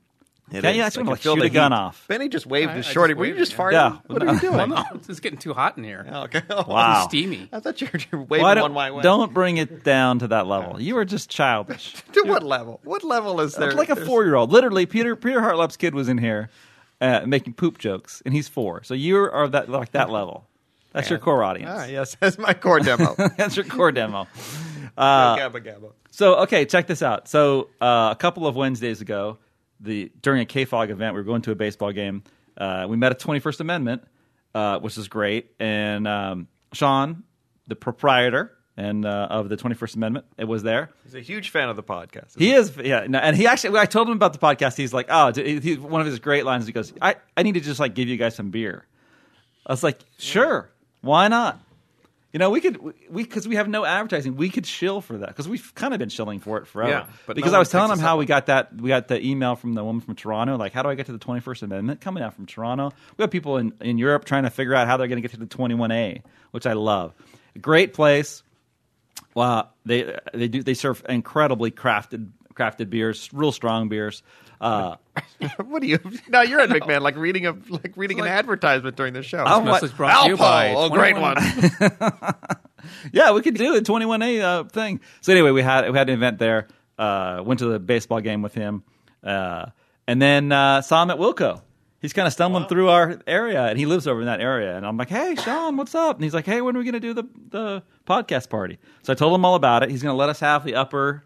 Speaker 4: yeah, yeah, it's
Speaker 1: I can
Speaker 4: gonna like
Speaker 1: feel
Speaker 4: shoot
Speaker 1: the
Speaker 4: a gun
Speaker 1: heat.
Speaker 4: off.
Speaker 1: Benny just waved
Speaker 5: I-
Speaker 1: his
Speaker 5: I
Speaker 1: shorty.
Speaker 5: just
Speaker 1: were you
Speaker 5: waved,
Speaker 1: just
Speaker 5: yeah.
Speaker 1: farting?
Speaker 4: Yeah.
Speaker 1: What are you
Speaker 5: Well,
Speaker 1: doing?
Speaker 5: no, it's getting too hot in here.
Speaker 1: Okay.
Speaker 4: Wow.
Speaker 5: Steamy.
Speaker 1: I thought you were you were waving
Speaker 4: Why
Speaker 1: one white
Speaker 4: don't,
Speaker 1: way.
Speaker 4: don't bring it down to that level. You are just childish.
Speaker 1: To what level? What level is there?
Speaker 4: like a
Speaker 1: there's-
Speaker 4: four year old. Literally, Peter Peter Hartlop's kid was in here uh, making poop jokes, and he's four. So you are that like that level. That's your core audience.
Speaker 1: Ah, yes, that's my core demo.
Speaker 4: That's your core demo.
Speaker 1: Gabba gabba.
Speaker 4: So okay, check this out. So uh, a couple of Wednesdays ago, the during a KFOG event, we were going to a baseball game. Uh, we met at Twenty First Amendment, uh, which is great. And um, Sean, the proprietor and uh, of the Twenty First Amendment, it was there.
Speaker 1: He's a huge fan of the podcast.
Speaker 4: He is, yeah. No, and he actually, when I told him about the podcast, he's like, oh, d- he, one of his great lines. He goes, I, I need to just like give you guys some beer. I was like, sure, why not? You know, we could, we because we have no advertising, we could shill for that because we've kind of been shilling for it forever.
Speaker 1: Yeah, but no
Speaker 4: because
Speaker 1: one
Speaker 4: I was
Speaker 1: picks
Speaker 4: telling
Speaker 1: us
Speaker 4: him how
Speaker 1: up
Speaker 4: we got that, we got the email from the woman from Toronto, like, how do I get to the Twenty First Amendment? Coming out from Toronto, we have people in in Europe trying to figure out how they're going to get to the Twenty One A, which I love. Great place. Wow, they they do they serve incredibly crafted crafted beers, real strong beers. Uh,
Speaker 1: What do you? Now you're at McMahon, like reading a like reading an advertisement during the show.
Speaker 4: I'm like-
Speaker 5: Message brought to you by
Speaker 1: oh, great
Speaker 5: 21.
Speaker 1: one.
Speaker 4: yeah, we could do the 21A uh, thing. So anyway, we had we had an event there. Uh, went to the baseball game with him. Uh, and then uh, saw him at Wilco. He's kind of stumbling through our area, and he lives over in that area. And I'm like, "Hey, Sean, what's up?" And he's like, "Hey, when are we going to do the the podcast party?" So I told him all about it. He's going to let us have the upper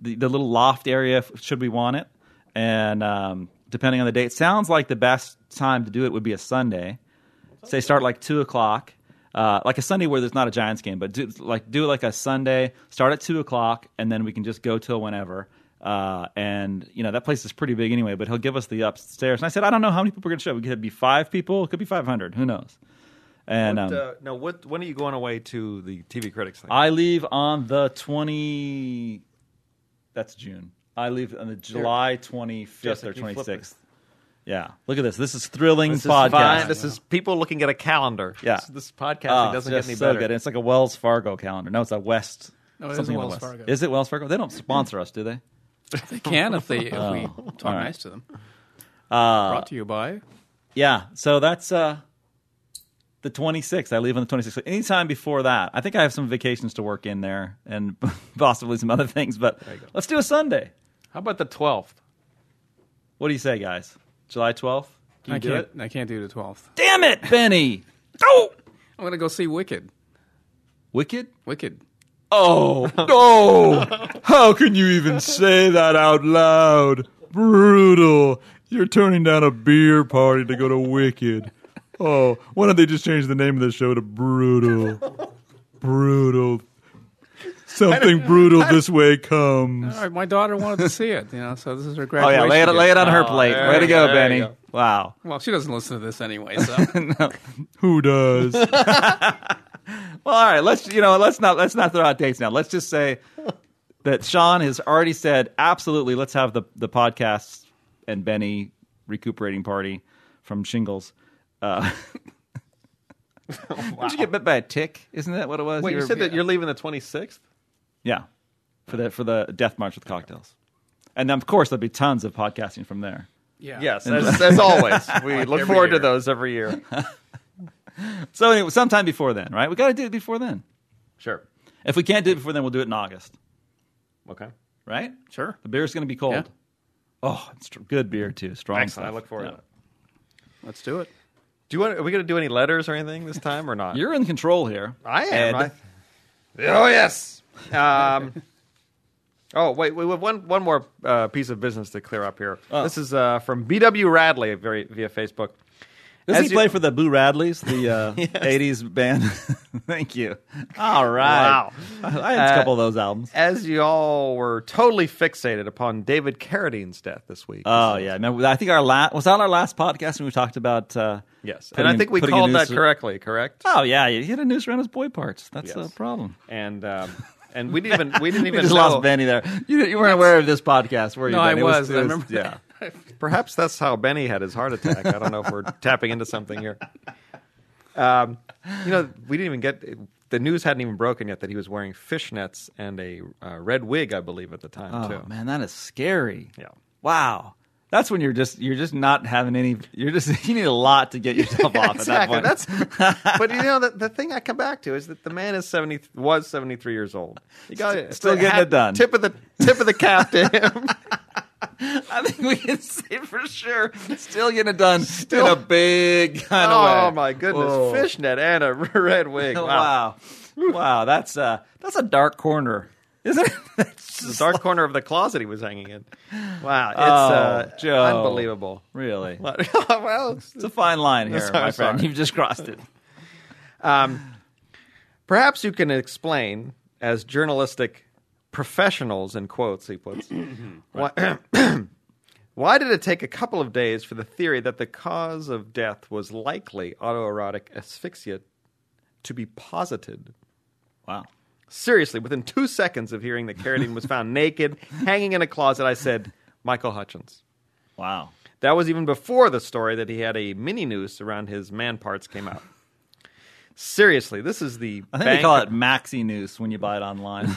Speaker 4: the, the little loft area f- should we want it and um, depending on the date sounds like the best time to do it would be a sunday say start like 2 o'clock uh, like a sunday where there's not a giants game but do like do like a sunday start at 2 o'clock and then we can just go till whenever uh, and you know that place is pretty big anyway but he'll give us the upstairs and i said i don't know how many people are going to show it could be five people it could be 500 who knows and
Speaker 1: What,
Speaker 4: um,
Speaker 1: uh, no, what, when are you going away to the TV critics thing?
Speaker 4: I leave on the 20 that's June. I leave on the July 25th or
Speaker 1: Jessica, you flipped
Speaker 4: 26th. Yeah. Look at this. This is thrilling
Speaker 1: this
Speaker 4: podcast.
Speaker 1: is fine. This is people looking at a calendar.
Speaker 4: Yeah.
Speaker 1: This, this podcasting
Speaker 4: Oh,
Speaker 1: doesn't
Speaker 4: just
Speaker 1: get any
Speaker 4: so
Speaker 1: better.
Speaker 4: good. It's like a Wells Fargo calendar. No, it's a West
Speaker 5: No, it is
Speaker 4: something in the
Speaker 5: Wells
Speaker 4: West.
Speaker 5: Fargo.
Speaker 4: Is it Wells Fargo? They don't sponsor us, do they?
Speaker 5: They can if they if we talk
Speaker 4: all right.
Speaker 5: nice to them. Brought to you by
Speaker 4: Yeah. So that's uh the 26th. I leave on the 26th. So Anytime before that. I think I have some vacations to work in there and possibly some other things, but let's do a Sunday.
Speaker 1: How about the 12th?
Speaker 4: What do you say, guys? July 12th? Can you
Speaker 5: I
Speaker 4: do
Speaker 5: can't
Speaker 4: it?
Speaker 5: I can't do the twelfth.
Speaker 4: Damn it, Benny.
Speaker 1: Oh.
Speaker 5: I'm gonna go see Wicked.
Speaker 4: Wicked?
Speaker 5: Wicked.
Speaker 4: Oh, no. How can you even say that out loud? Brutal. You're turning down a beer party to go to Wicked. Oh, why don't they just change the name of the show to Brutal? Brutal. Something brutal this way comes.
Speaker 5: All right, my daughter wanted to see it, you know, so this is her
Speaker 4: Oh,
Speaker 5: graduation.
Speaker 4: yeah. Lay it,
Speaker 5: gift.
Speaker 4: lay it on her plate.
Speaker 1: there
Speaker 4: Way to
Speaker 1: you
Speaker 4: go,
Speaker 1: go, there you
Speaker 4: Benny.
Speaker 1: go.
Speaker 4: Wow.
Speaker 5: Well, she doesn't listen to this anyway, so
Speaker 4: Who does? well, all right. Let's you know. Let's not let's not throw out dates now. Let's just say that Sean has already said absolutely. Let's have the the podcast and Benny recuperating party from shingles. Uh, Did you get bit by a tick? Isn't that what it was?
Speaker 1: Wait, you
Speaker 4: were-
Speaker 1: said that you're leaving the 26th?
Speaker 4: yeah for the for the death march with cocktails, and then, of course there'll be tons of podcasting from there.
Speaker 5: yeah.
Speaker 1: Yes, as, as always. We look forward to those every year.
Speaker 4: So anyway, sometime before then, right? We got to do it before then.
Speaker 1: Sure.
Speaker 4: If we can't do it before then, we'll do it in August,
Speaker 1: Okay.
Speaker 4: right?
Speaker 5: Sure.
Speaker 4: The beer's going to be cold.
Speaker 5: Yeah.
Speaker 4: Oh, it's tr- good beer too. Strong
Speaker 1: Excellent. I
Speaker 4: stuff.
Speaker 1: look forward
Speaker 4: Yeah.
Speaker 1: to it.
Speaker 5: Let's do it.
Speaker 1: Do you want, are we going to do any letters or anything this time or not?
Speaker 4: You're in control here.
Speaker 1: I
Speaker 4: Ed.
Speaker 1: am. I- oh yes. Um, oh wait, we have one one more uh, piece of business to clear up here.
Speaker 4: Oh.
Speaker 1: This is uh, from BW Radley very, via Facebook.
Speaker 4: Does
Speaker 1: As
Speaker 4: he
Speaker 1: you-
Speaker 4: play for the Boo Radleys, the uh, '80s band? Thank you. All right.
Speaker 1: Wow.
Speaker 4: I, I had a
Speaker 1: Uh,
Speaker 4: couple of those albums.
Speaker 1: As you all were totally fixated upon David Carradine's death this week.
Speaker 4: Oh yeah, remember? I think our last was that our last podcast when we talked about. Uh,
Speaker 1: yes, and
Speaker 4: putting
Speaker 1: I
Speaker 4: a-
Speaker 1: think we
Speaker 4: putting a
Speaker 1: called that
Speaker 4: noose-
Speaker 1: correctly, correct?
Speaker 4: Oh yeah, he had a noose around his boy parts. That's
Speaker 1: Yes.
Speaker 4: the problem.
Speaker 1: And um, and we didn't even we didn't
Speaker 4: We
Speaker 1: even
Speaker 4: just
Speaker 1: know.
Speaker 4: lost Benny there. You, you weren't aware of this podcast, were you?
Speaker 5: No, I
Speaker 4: Benny? It
Speaker 5: was.
Speaker 4: it
Speaker 5: I remember
Speaker 4: Yeah.
Speaker 1: Perhaps that's how Benny had his heart attack. I don't know if we're tapping into something here. Um, you know, we didn't even get the news hadn't even broken yet that he was wearing fishnets and a uh, red wig, I believe, at the time
Speaker 4: Oh
Speaker 1: too.
Speaker 4: man, that is scary.
Speaker 1: Yeah.
Speaker 4: Wow. That's when you're just you're just not having any. You're just you need a lot to get yourself off
Speaker 1: Exactly.
Speaker 4: at that point.
Speaker 1: That's, but you know the, the thing I come back to is that the man is seventy was seventy three years old. You got
Speaker 4: Still getting it done.
Speaker 1: Tip of the tip of the cap to him.
Speaker 4: I think we can say for sure. Still getting it done in a big kind of way.
Speaker 1: oh my goodness,
Speaker 4: Whoa.
Speaker 1: fishnet and a red wig. Wow,
Speaker 4: Wow, wow, that's uh that's a dark corner, isn't it? That's
Speaker 1: the
Speaker 4: just
Speaker 1: dark corner of the closet he was hanging in. Wow, it's
Speaker 4: Oh,
Speaker 1: uh,
Speaker 4: Joe.
Speaker 1: unbelievable.
Speaker 4: really.
Speaker 1: well,
Speaker 4: It's a fine line here,
Speaker 1: I'm
Speaker 4: my friend.
Speaker 1: sorry.
Speaker 4: You've just crossed it.
Speaker 1: perhaps you can explain as journalistic professionals in quotes he puts why, why did it take a couple of days for the theory that the cause of death was likely autoerotic asphyxia to be posited
Speaker 4: Wow.
Speaker 1: seriously within two seconds of hearing that carradine was found naked hanging in a closet i said michael hutchins
Speaker 4: Wow.
Speaker 1: That was even before the story that he had a mini noose around his man parts came out. Seriously, this is the
Speaker 4: I think
Speaker 1: bank
Speaker 4: they call it maxi noose when you buy it online.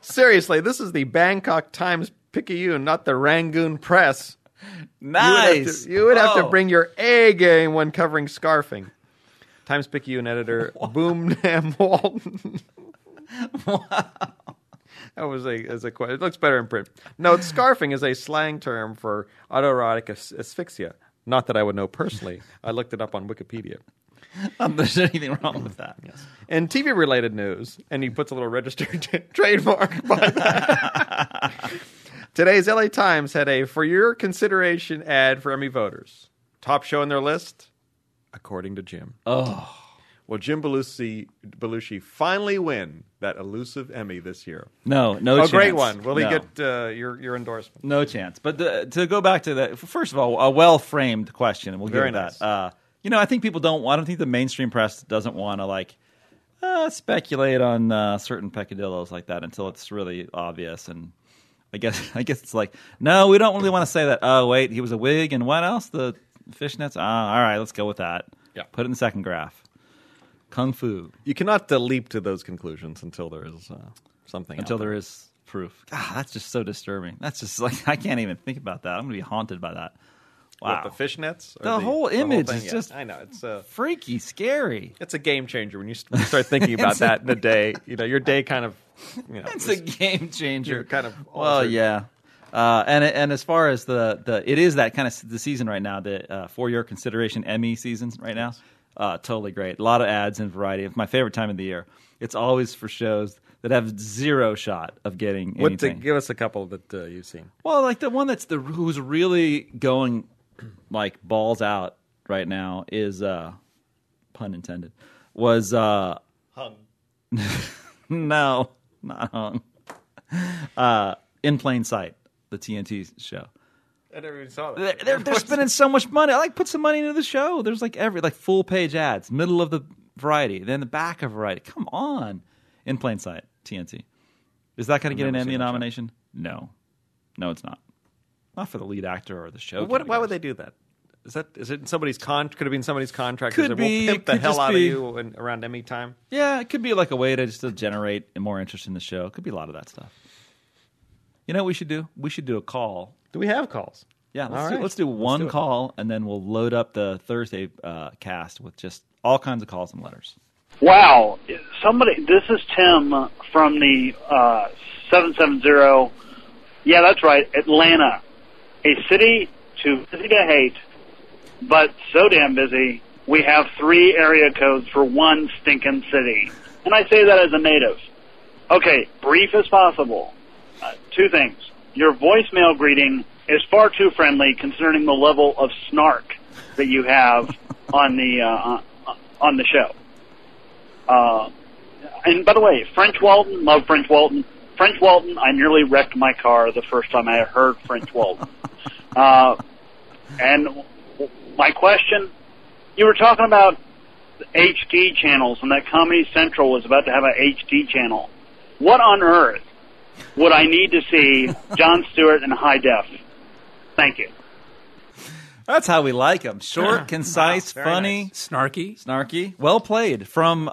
Speaker 1: Seriously, this is the Bangkok Times Picayune, not the Rangoon Press.
Speaker 4: nice.
Speaker 1: You would have, to, you would have to
Speaker 4: Oh.
Speaker 1: bring your A game when covering scarfing. Times Picayune editor Boom Nam Walton. That was a as a que- It looks better in print. No, scarfing is a slang term for autoerotic as- asphyxia. Not that I would know personally. I looked it up on Wikipedia.
Speaker 4: Not that there's anything wrong with that.
Speaker 1: In TV related news, and he puts a little registered t- trademark by that. Today's LA Times had a for your consideration ad for Emmy voters. Top show on their list, according to Jim. Oh. Will Jim Belushi, Belushi finally win that elusive Emmy this year?
Speaker 4: No, no.
Speaker 1: Oh,
Speaker 4: chance.
Speaker 1: great one. Will
Speaker 4: No.
Speaker 1: he get uh, your, your endorsement?
Speaker 4: No chance. But the, to go back to that, first of all, a well framed question. We'll
Speaker 1: Very
Speaker 4: give it
Speaker 1: nice.
Speaker 4: that. Uh, you know, I think people don't. I don't think the mainstream press doesn't want to like uh, speculate on uh, certain peccadillos like that until it's really obvious. And I guess I guess it's like, no, we don't really want to say that. Oh, wait, he was a wig, and what else? The fishnets. Ah, all right, let's go with that.
Speaker 1: Yeah.
Speaker 4: Put it in the second graph. Kung fu
Speaker 1: You cannot uh, leap to those conclusions until there is uh, something.
Speaker 4: until
Speaker 1: out
Speaker 4: there is proof. God, that's just so disturbing. That's just like I can't even think about that. I'm gonna be haunted by that. Wow.
Speaker 1: What, the fishnets. or
Speaker 4: The whole image
Speaker 1: thing?
Speaker 4: is just-
Speaker 1: I know it's uh, a
Speaker 4: freaky, scary.
Speaker 1: it's a game changer when you st- when you start thinking about
Speaker 4: It's a-
Speaker 1: that in a day. You know, your day kind of. You know,
Speaker 4: It's a
Speaker 1: is-
Speaker 4: game changer.
Speaker 1: You're kind of
Speaker 4: well,
Speaker 1: altered.
Speaker 4: yeah. Uh, and and as far as the, the it is that kind of s- the season right now the uh, for your consideration Emmy season right now uh, totally great a lot of ads and variety it's my favorite time of the year it's always for shows that have zero shot of getting
Speaker 1: what to
Speaker 4: anything
Speaker 1: give us a couple that uh, you've seen.
Speaker 4: Well, like the one that's the who's really going like balls out right now is uh pun intended was uh hung. no, not hung. Uh in plain sight, the TNT show.
Speaker 1: I never even saw
Speaker 4: They're, they're, they're spending so much money. I like put some money into the show. There's like every like full page ads, middle of the variety, then the back of variety. Come on, in plain sight, TNT. Is that going to get an
Speaker 1: never
Speaker 4: Emmy
Speaker 1: seen that show.
Speaker 4: nomination? No, no, it's not. Not for the lead actor or the show.
Speaker 1: What, why
Speaker 4: categories.
Speaker 1: would they do that? Is that is it in somebody's con? Could have been somebody's contract.
Speaker 4: Could
Speaker 1: that
Speaker 4: be,
Speaker 1: We'll pimp the
Speaker 4: could
Speaker 1: hell
Speaker 4: just
Speaker 1: out
Speaker 4: be.
Speaker 1: of you in, around Emmy time.
Speaker 4: Yeah, it could be like a way to just to generate more interest in the show. It could be a lot of that stuff. You know what we should do? We should do a call.
Speaker 1: Do we have calls?
Speaker 4: Yeah, let's,
Speaker 1: All
Speaker 4: do,
Speaker 1: right.
Speaker 4: let's do one
Speaker 1: do it.
Speaker 4: call, and then we'll load up the Thursday uh, cast with just all kinds of calls and letters.
Speaker 7: Wow, somebody. This is Tim from the uh, seven seven zero. Yeah, that's right, Atlanta, a city too busy to hate, but so damn busy. We have three area codes for one stinking city, and I say that as a native. Okay, brief as possible. Uh, two things. Your voicemail greeting is far too friendly concerning the level of snark that you have on the uh, on the show. Uh, and by the way, French Walton, love French Walton. French Walton, I nearly wrecked my car the first time I heard French Walton. Uh, and w- my question, you were talking about HD channels and that Comedy Central was about to have an HD channel. What on earth would I need to see John Stewart in high def? Thank you.
Speaker 4: That's how we like them. Short, concise, funny,
Speaker 5: Snarky.
Speaker 4: snarky. Well played from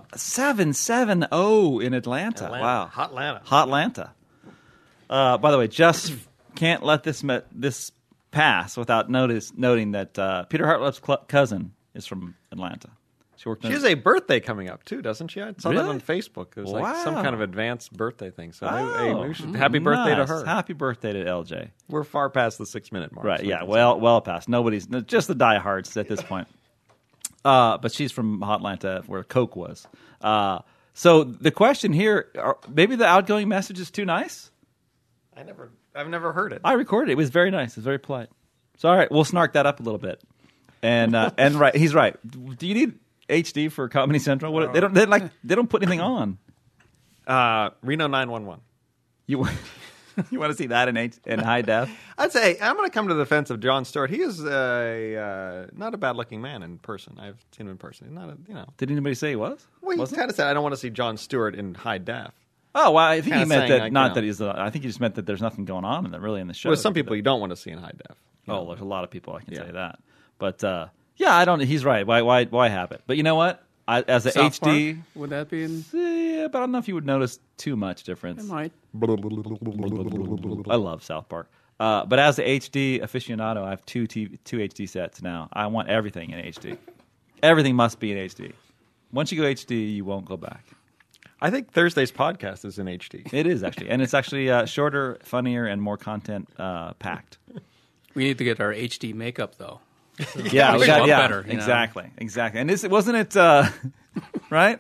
Speaker 4: 770 in Atlanta.
Speaker 1: Uh,
Speaker 4: Wow.
Speaker 1: Hot Atlanta.
Speaker 4: Hotlanta. Uh, by the way, just can't let this me- this pass without notice noting that uh, Peter Hartliff's cl- cousin is from Atlanta. She worked.
Speaker 1: She
Speaker 4: in-
Speaker 1: has a birthday coming up too, doesn't she? I saw that
Speaker 4: Really?
Speaker 1: on Facebook. It was like some
Speaker 4: Wow.
Speaker 1: kind of advanced birthday thing. So maybe, hey,
Speaker 4: Oh,
Speaker 1: maybe we should- happy birthday
Speaker 4: nice.
Speaker 1: to her.
Speaker 4: Happy birthday to LJ.
Speaker 1: We're far past the six minute mark.
Speaker 4: Right.
Speaker 1: so
Speaker 4: Yeah.
Speaker 1: it's-
Speaker 4: Well. Well past. Nobody's no, just the diehards at this point. Uh, but she's from Hotlanta, where Coke was. Uh, so the question here: are, maybe the outgoing message is too nice.
Speaker 1: I never, I've never heard it.
Speaker 4: I recorded it. It was very nice. It was very polite. So all right, we'll snark that up a little bit. And uh, and right, he's right. Do you need HD for Comedy Central? What, they don't. They like. They don't put anything on.
Speaker 1: Uh, Reno nine one one.
Speaker 4: You you want to see that in H, in high def?
Speaker 1: I'd say I'm going to come to the defense of John Stewart. He is a uh, not a bad looking man in person. I've seen him in person. He's not a you know.
Speaker 4: Did anybody say he was?
Speaker 1: Well, he kind of said I don't want to see John Stewart in high def.
Speaker 4: Oh well, I think he
Speaker 1: Kinda
Speaker 4: meant
Speaker 1: saying,
Speaker 4: that.
Speaker 1: like,
Speaker 4: not
Speaker 1: you know.
Speaker 4: that he's. Uh, I think he just meant that there's nothing going on in the, really in the show.
Speaker 1: Well, some people you don't want to see in high def. you
Speaker 4: Oh,
Speaker 1: know.
Speaker 4: there's a lot of people I can
Speaker 1: Yeah.
Speaker 4: say that. But uh, yeah, I don't. He's right. Why why why have it? But you know what? I, as a
Speaker 5: South
Speaker 4: HD,
Speaker 5: Park, would that be in?
Speaker 4: eh, but I don't know if you would notice too much difference.
Speaker 5: It might.
Speaker 4: I love South Park. Uh, but as a HD aficionado, I have two TV, two HD sets now. I want everything in HD. everything must be in HD. Once you go HD, you won't go back.
Speaker 1: I think Thursday's podcast is in HD.
Speaker 4: It is actually, and it's actually uh, shorter, funnier, and more content uh, packed.
Speaker 5: We need to get our HD makeup though.
Speaker 4: Yeah,
Speaker 5: we got- yeah, you know.
Speaker 4: exactly, exactly. And this wasn't it, uh, right?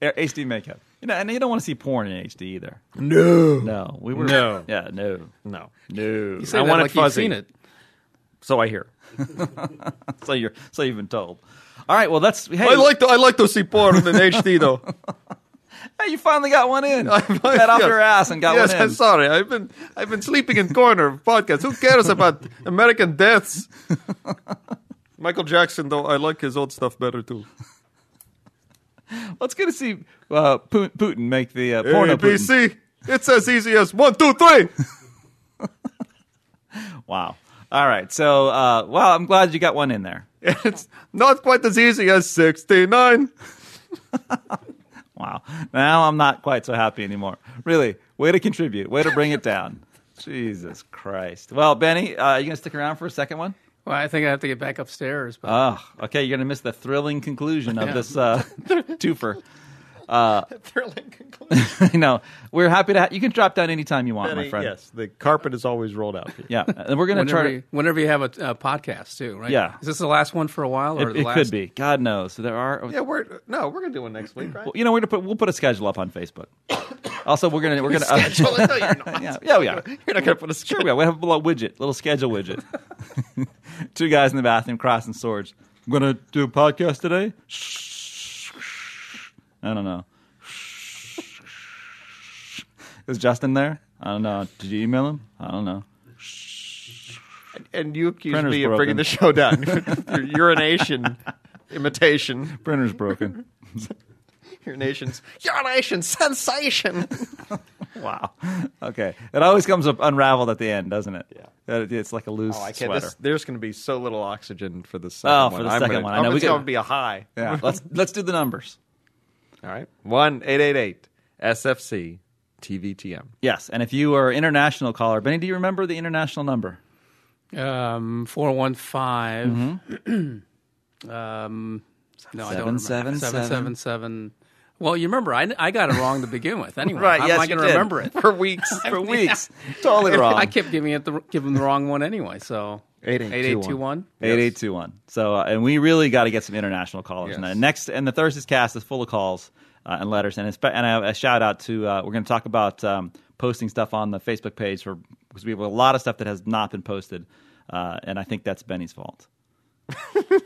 Speaker 4: Eh, HD makeup. You know, and you don't want to see porn in HD either.
Speaker 1: No.
Speaker 4: No, we were.
Speaker 1: No.
Speaker 4: yeah, no,
Speaker 1: No.
Speaker 4: no.
Speaker 5: You say
Speaker 1: I
Speaker 5: that
Speaker 1: want it
Speaker 5: like you've
Speaker 1: fuzzy.
Speaker 5: seen it.
Speaker 1: So I hear.
Speaker 4: So you're, so you've been told. All right, well, that's hey,
Speaker 1: I like to I like to see porn in HD though.
Speaker 4: hey, you finally got one in.
Speaker 1: I-
Speaker 4: Got off
Speaker 1: yes.
Speaker 4: your ass and got
Speaker 1: yes,
Speaker 4: one in.
Speaker 1: I'm sorry. I've been I've been sleeping in corner of podcasts. Who cares about American deaths? Michael Jackson though, I like his old stuff better too.
Speaker 4: Let's get to see uh, Pu- Putin make the uh, porno. Putin.
Speaker 1: ABC. It's as easy as one, two, three.
Speaker 4: Wow. All right. So, uh, well, I'm glad you got one in there.
Speaker 1: It's not quite as easy as sixty-nine.
Speaker 4: Wow. Now I'm not quite so happy anymore. Really. Way to contribute. Way to bring it down. Jesus Christ. Well, Benny, uh, are you going to stick around for a second one?
Speaker 5: Well, I think I have to get back upstairs, but
Speaker 4: Oh, okay. You're going to miss the thrilling conclusion of
Speaker 5: Yeah.
Speaker 4: this uh, twofer. Uh, you know, we're happy to. Ha- you can drop down anytime you want, my friend.
Speaker 1: Yes, the carpet is always rolled out here.
Speaker 4: Yeah, and we're going to try.
Speaker 5: whenever,
Speaker 4: to-
Speaker 5: you, whenever you have a, a podcast too, right?
Speaker 4: Yeah.
Speaker 5: Is this the last one for a while, or
Speaker 4: It,
Speaker 5: the
Speaker 4: it
Speaker 5: last?
Speaker 4: could be. God knows. So there are.
Speaker 1: Yeah, we're no, we're gonna do one next week, right?
Speaker 4: Well, you know, we're gonna put we'll put a schedule up on Facebook. Also, we're gonna we're gonna
Speaker 1: Well, no, you're not.
Speaker 4: yeah, yeah, we are.
Speaker 1: You're not gonna put a
Speaker 4: Sure, we are. We have a little widget, little schedule widget. Two guys in the bathroom crossing swords. I'm gonna do a podcast today. I don't know. Is Justin there? I don't know. Did you email him? I don't know.
Speaker 1: and you accuse
Speaker 4: Printer's
Speaker 1: me of
Speaker 4: broken.
Speaker 1: bringing the show down. Your urination imitation.
Speaker 4: Printer's broken.
Speaker 1: Urination's urination sensation.
Speaker 4: wow. Okay. It always comes up unraveled at the end, doesn't it?
Speaker 1: Yeah.
Speaker 4: Uh, It's like a loose
Speaker 1: Oh, I can't.
Speaker 4: sweater.
Speaker 1: This, there's going to be so little oxygen for the second
Speaker 4: Oh,
Speaker 1: one.
Speaker 4: for the
Speaker 1: I'm
Speaker 4: second
Speaker 1: gonna-
Speaker 4: one. I
Speaker 1: I'm
Speaker 4: know, we
Speaker 1: it's
Speaker 4: could-
Speaker 1: going to be a high.
Speaker 4: yeah. let's let's do the numbers.
Speaker 1: All right. One eight eight eight SFC TVTM.
Speaker 4: Yes, and if you are an international caller, Benny, do you remember the international number?
Speaker 5: Um, four one five. Um, no, I don't remember.
Speaker 4: Mm-hmm. Seven, seven, seven.
Speaker 5: seven, seven. Well, you remember I, I got it wrong to begin with. Anyway, how am I going to
Speaker 1: did.
Speaker 5: remember it?
Speaker 1: for weeks.
Speaker 4: For weeks, totally wrong.
Speaker 5: I kept giving it the giving the wrong one anyway. So
Speaker 1: 8821.
Speaker 4: Eight eight two one. So, uh, and we really got to get some international callers.
Speaker 1: Yes.
Speaker 4: And the next, and the Thursday's cast is full of calls uh, and letters. And it's, and a, a shout out to uh, we're going to talk about um, posting stuff on the Facebook page for because we have a lot of stuff that has not been posted, uh, and I think that's Benny's fault.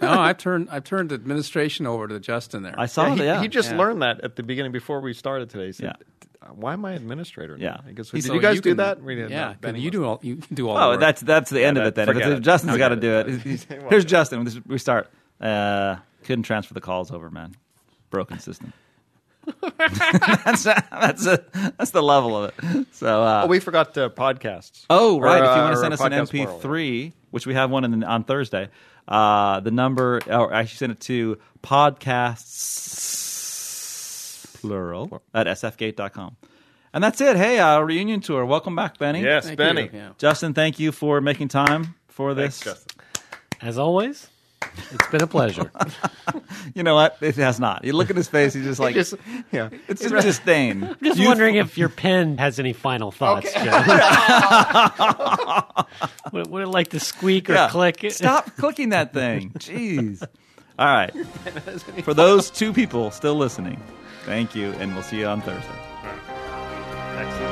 Speaker 5: no, I turned I turned administration over to Justin there.
Speaker 4: I saw
Speaker 1: he,
Speaker 4: that. Yeah.
Speaker 1: he just
Speaker 5: Yeah.
Speaker 1: learned that at the beginning before we started today. He said, uh, "Why am I administrator?" now?"
Speaker 4: Yeah.
Speaker 1: I guess
Speaker 5: So
Speaker 1: we, did you guys do
Speaker 5: can-
Speaker 1: that? We didn't.
Speaker 5: Yeah,
Speaker 1: No, Benny
Speaker 5: you
Speaker 1: was-
Speaker 5: do all you can do all. the
Speaker 4: Oh,
Speaker 5: work.
Speaker 4: that's that's the end of
Speaker 1: that-
Speaker 4: it then. If
Speaker 1: forget
Speaker 4: it's- if
Speaker 1: it.
Speaker 4: Justin's got
Speaker 1: Forget
Speaker 4: to do it.
Speaker 1: it.
Speaker 4: Here's Justin. This- We start. Uh, couldn't transfer the calls over, man. Broken system. that's that's a, that's the level of it. So uh,
Speaker 1: Oh, we forgot uh, podcasts.
Speaker 4: Oh,
Speaker 1: Or,
Speaker 4: right. if you
Speaker 1: uh,
Speaker 4: want to
Speaker 1: or
Speaker 4: send
Speaker 1: a
Speaker 4: us an
Speaker 1: podcast
Speaker 4: MP3,
Speaker 1: moral.
Speaker 4: which we have one in, on Thursday, uh, the number, or actually send it to podcasts, plural, at sfgate.com. And that's it. Hey, uh, reunion tour. Welcome back, Benny.
Speaker 1: Yes,
Speaker 5: Thank
Speaker 1: Benny.
Speaker 5: you. Yeah.
Speaker 4: Justin, thank you for making time for this.
Speaker 1: Thanks, Justin.
Speaker 6: As always, it's been a pleasure.
Speaker 4: You know what? It has not. You look at his face, he's just like,
Speaker 1: Just, yeah.
Speaker 4: it's just disdain. I'm
Speaker 6: Just wondering if your pen has any final thoughts, Joe. would, it, would it like to squeak or click?
Speaker 4: Stop clicking that thing. Jeez. All right. For those two people still listening, thank you, and we'll see you on Thursday.
Speaker 1: Excellent.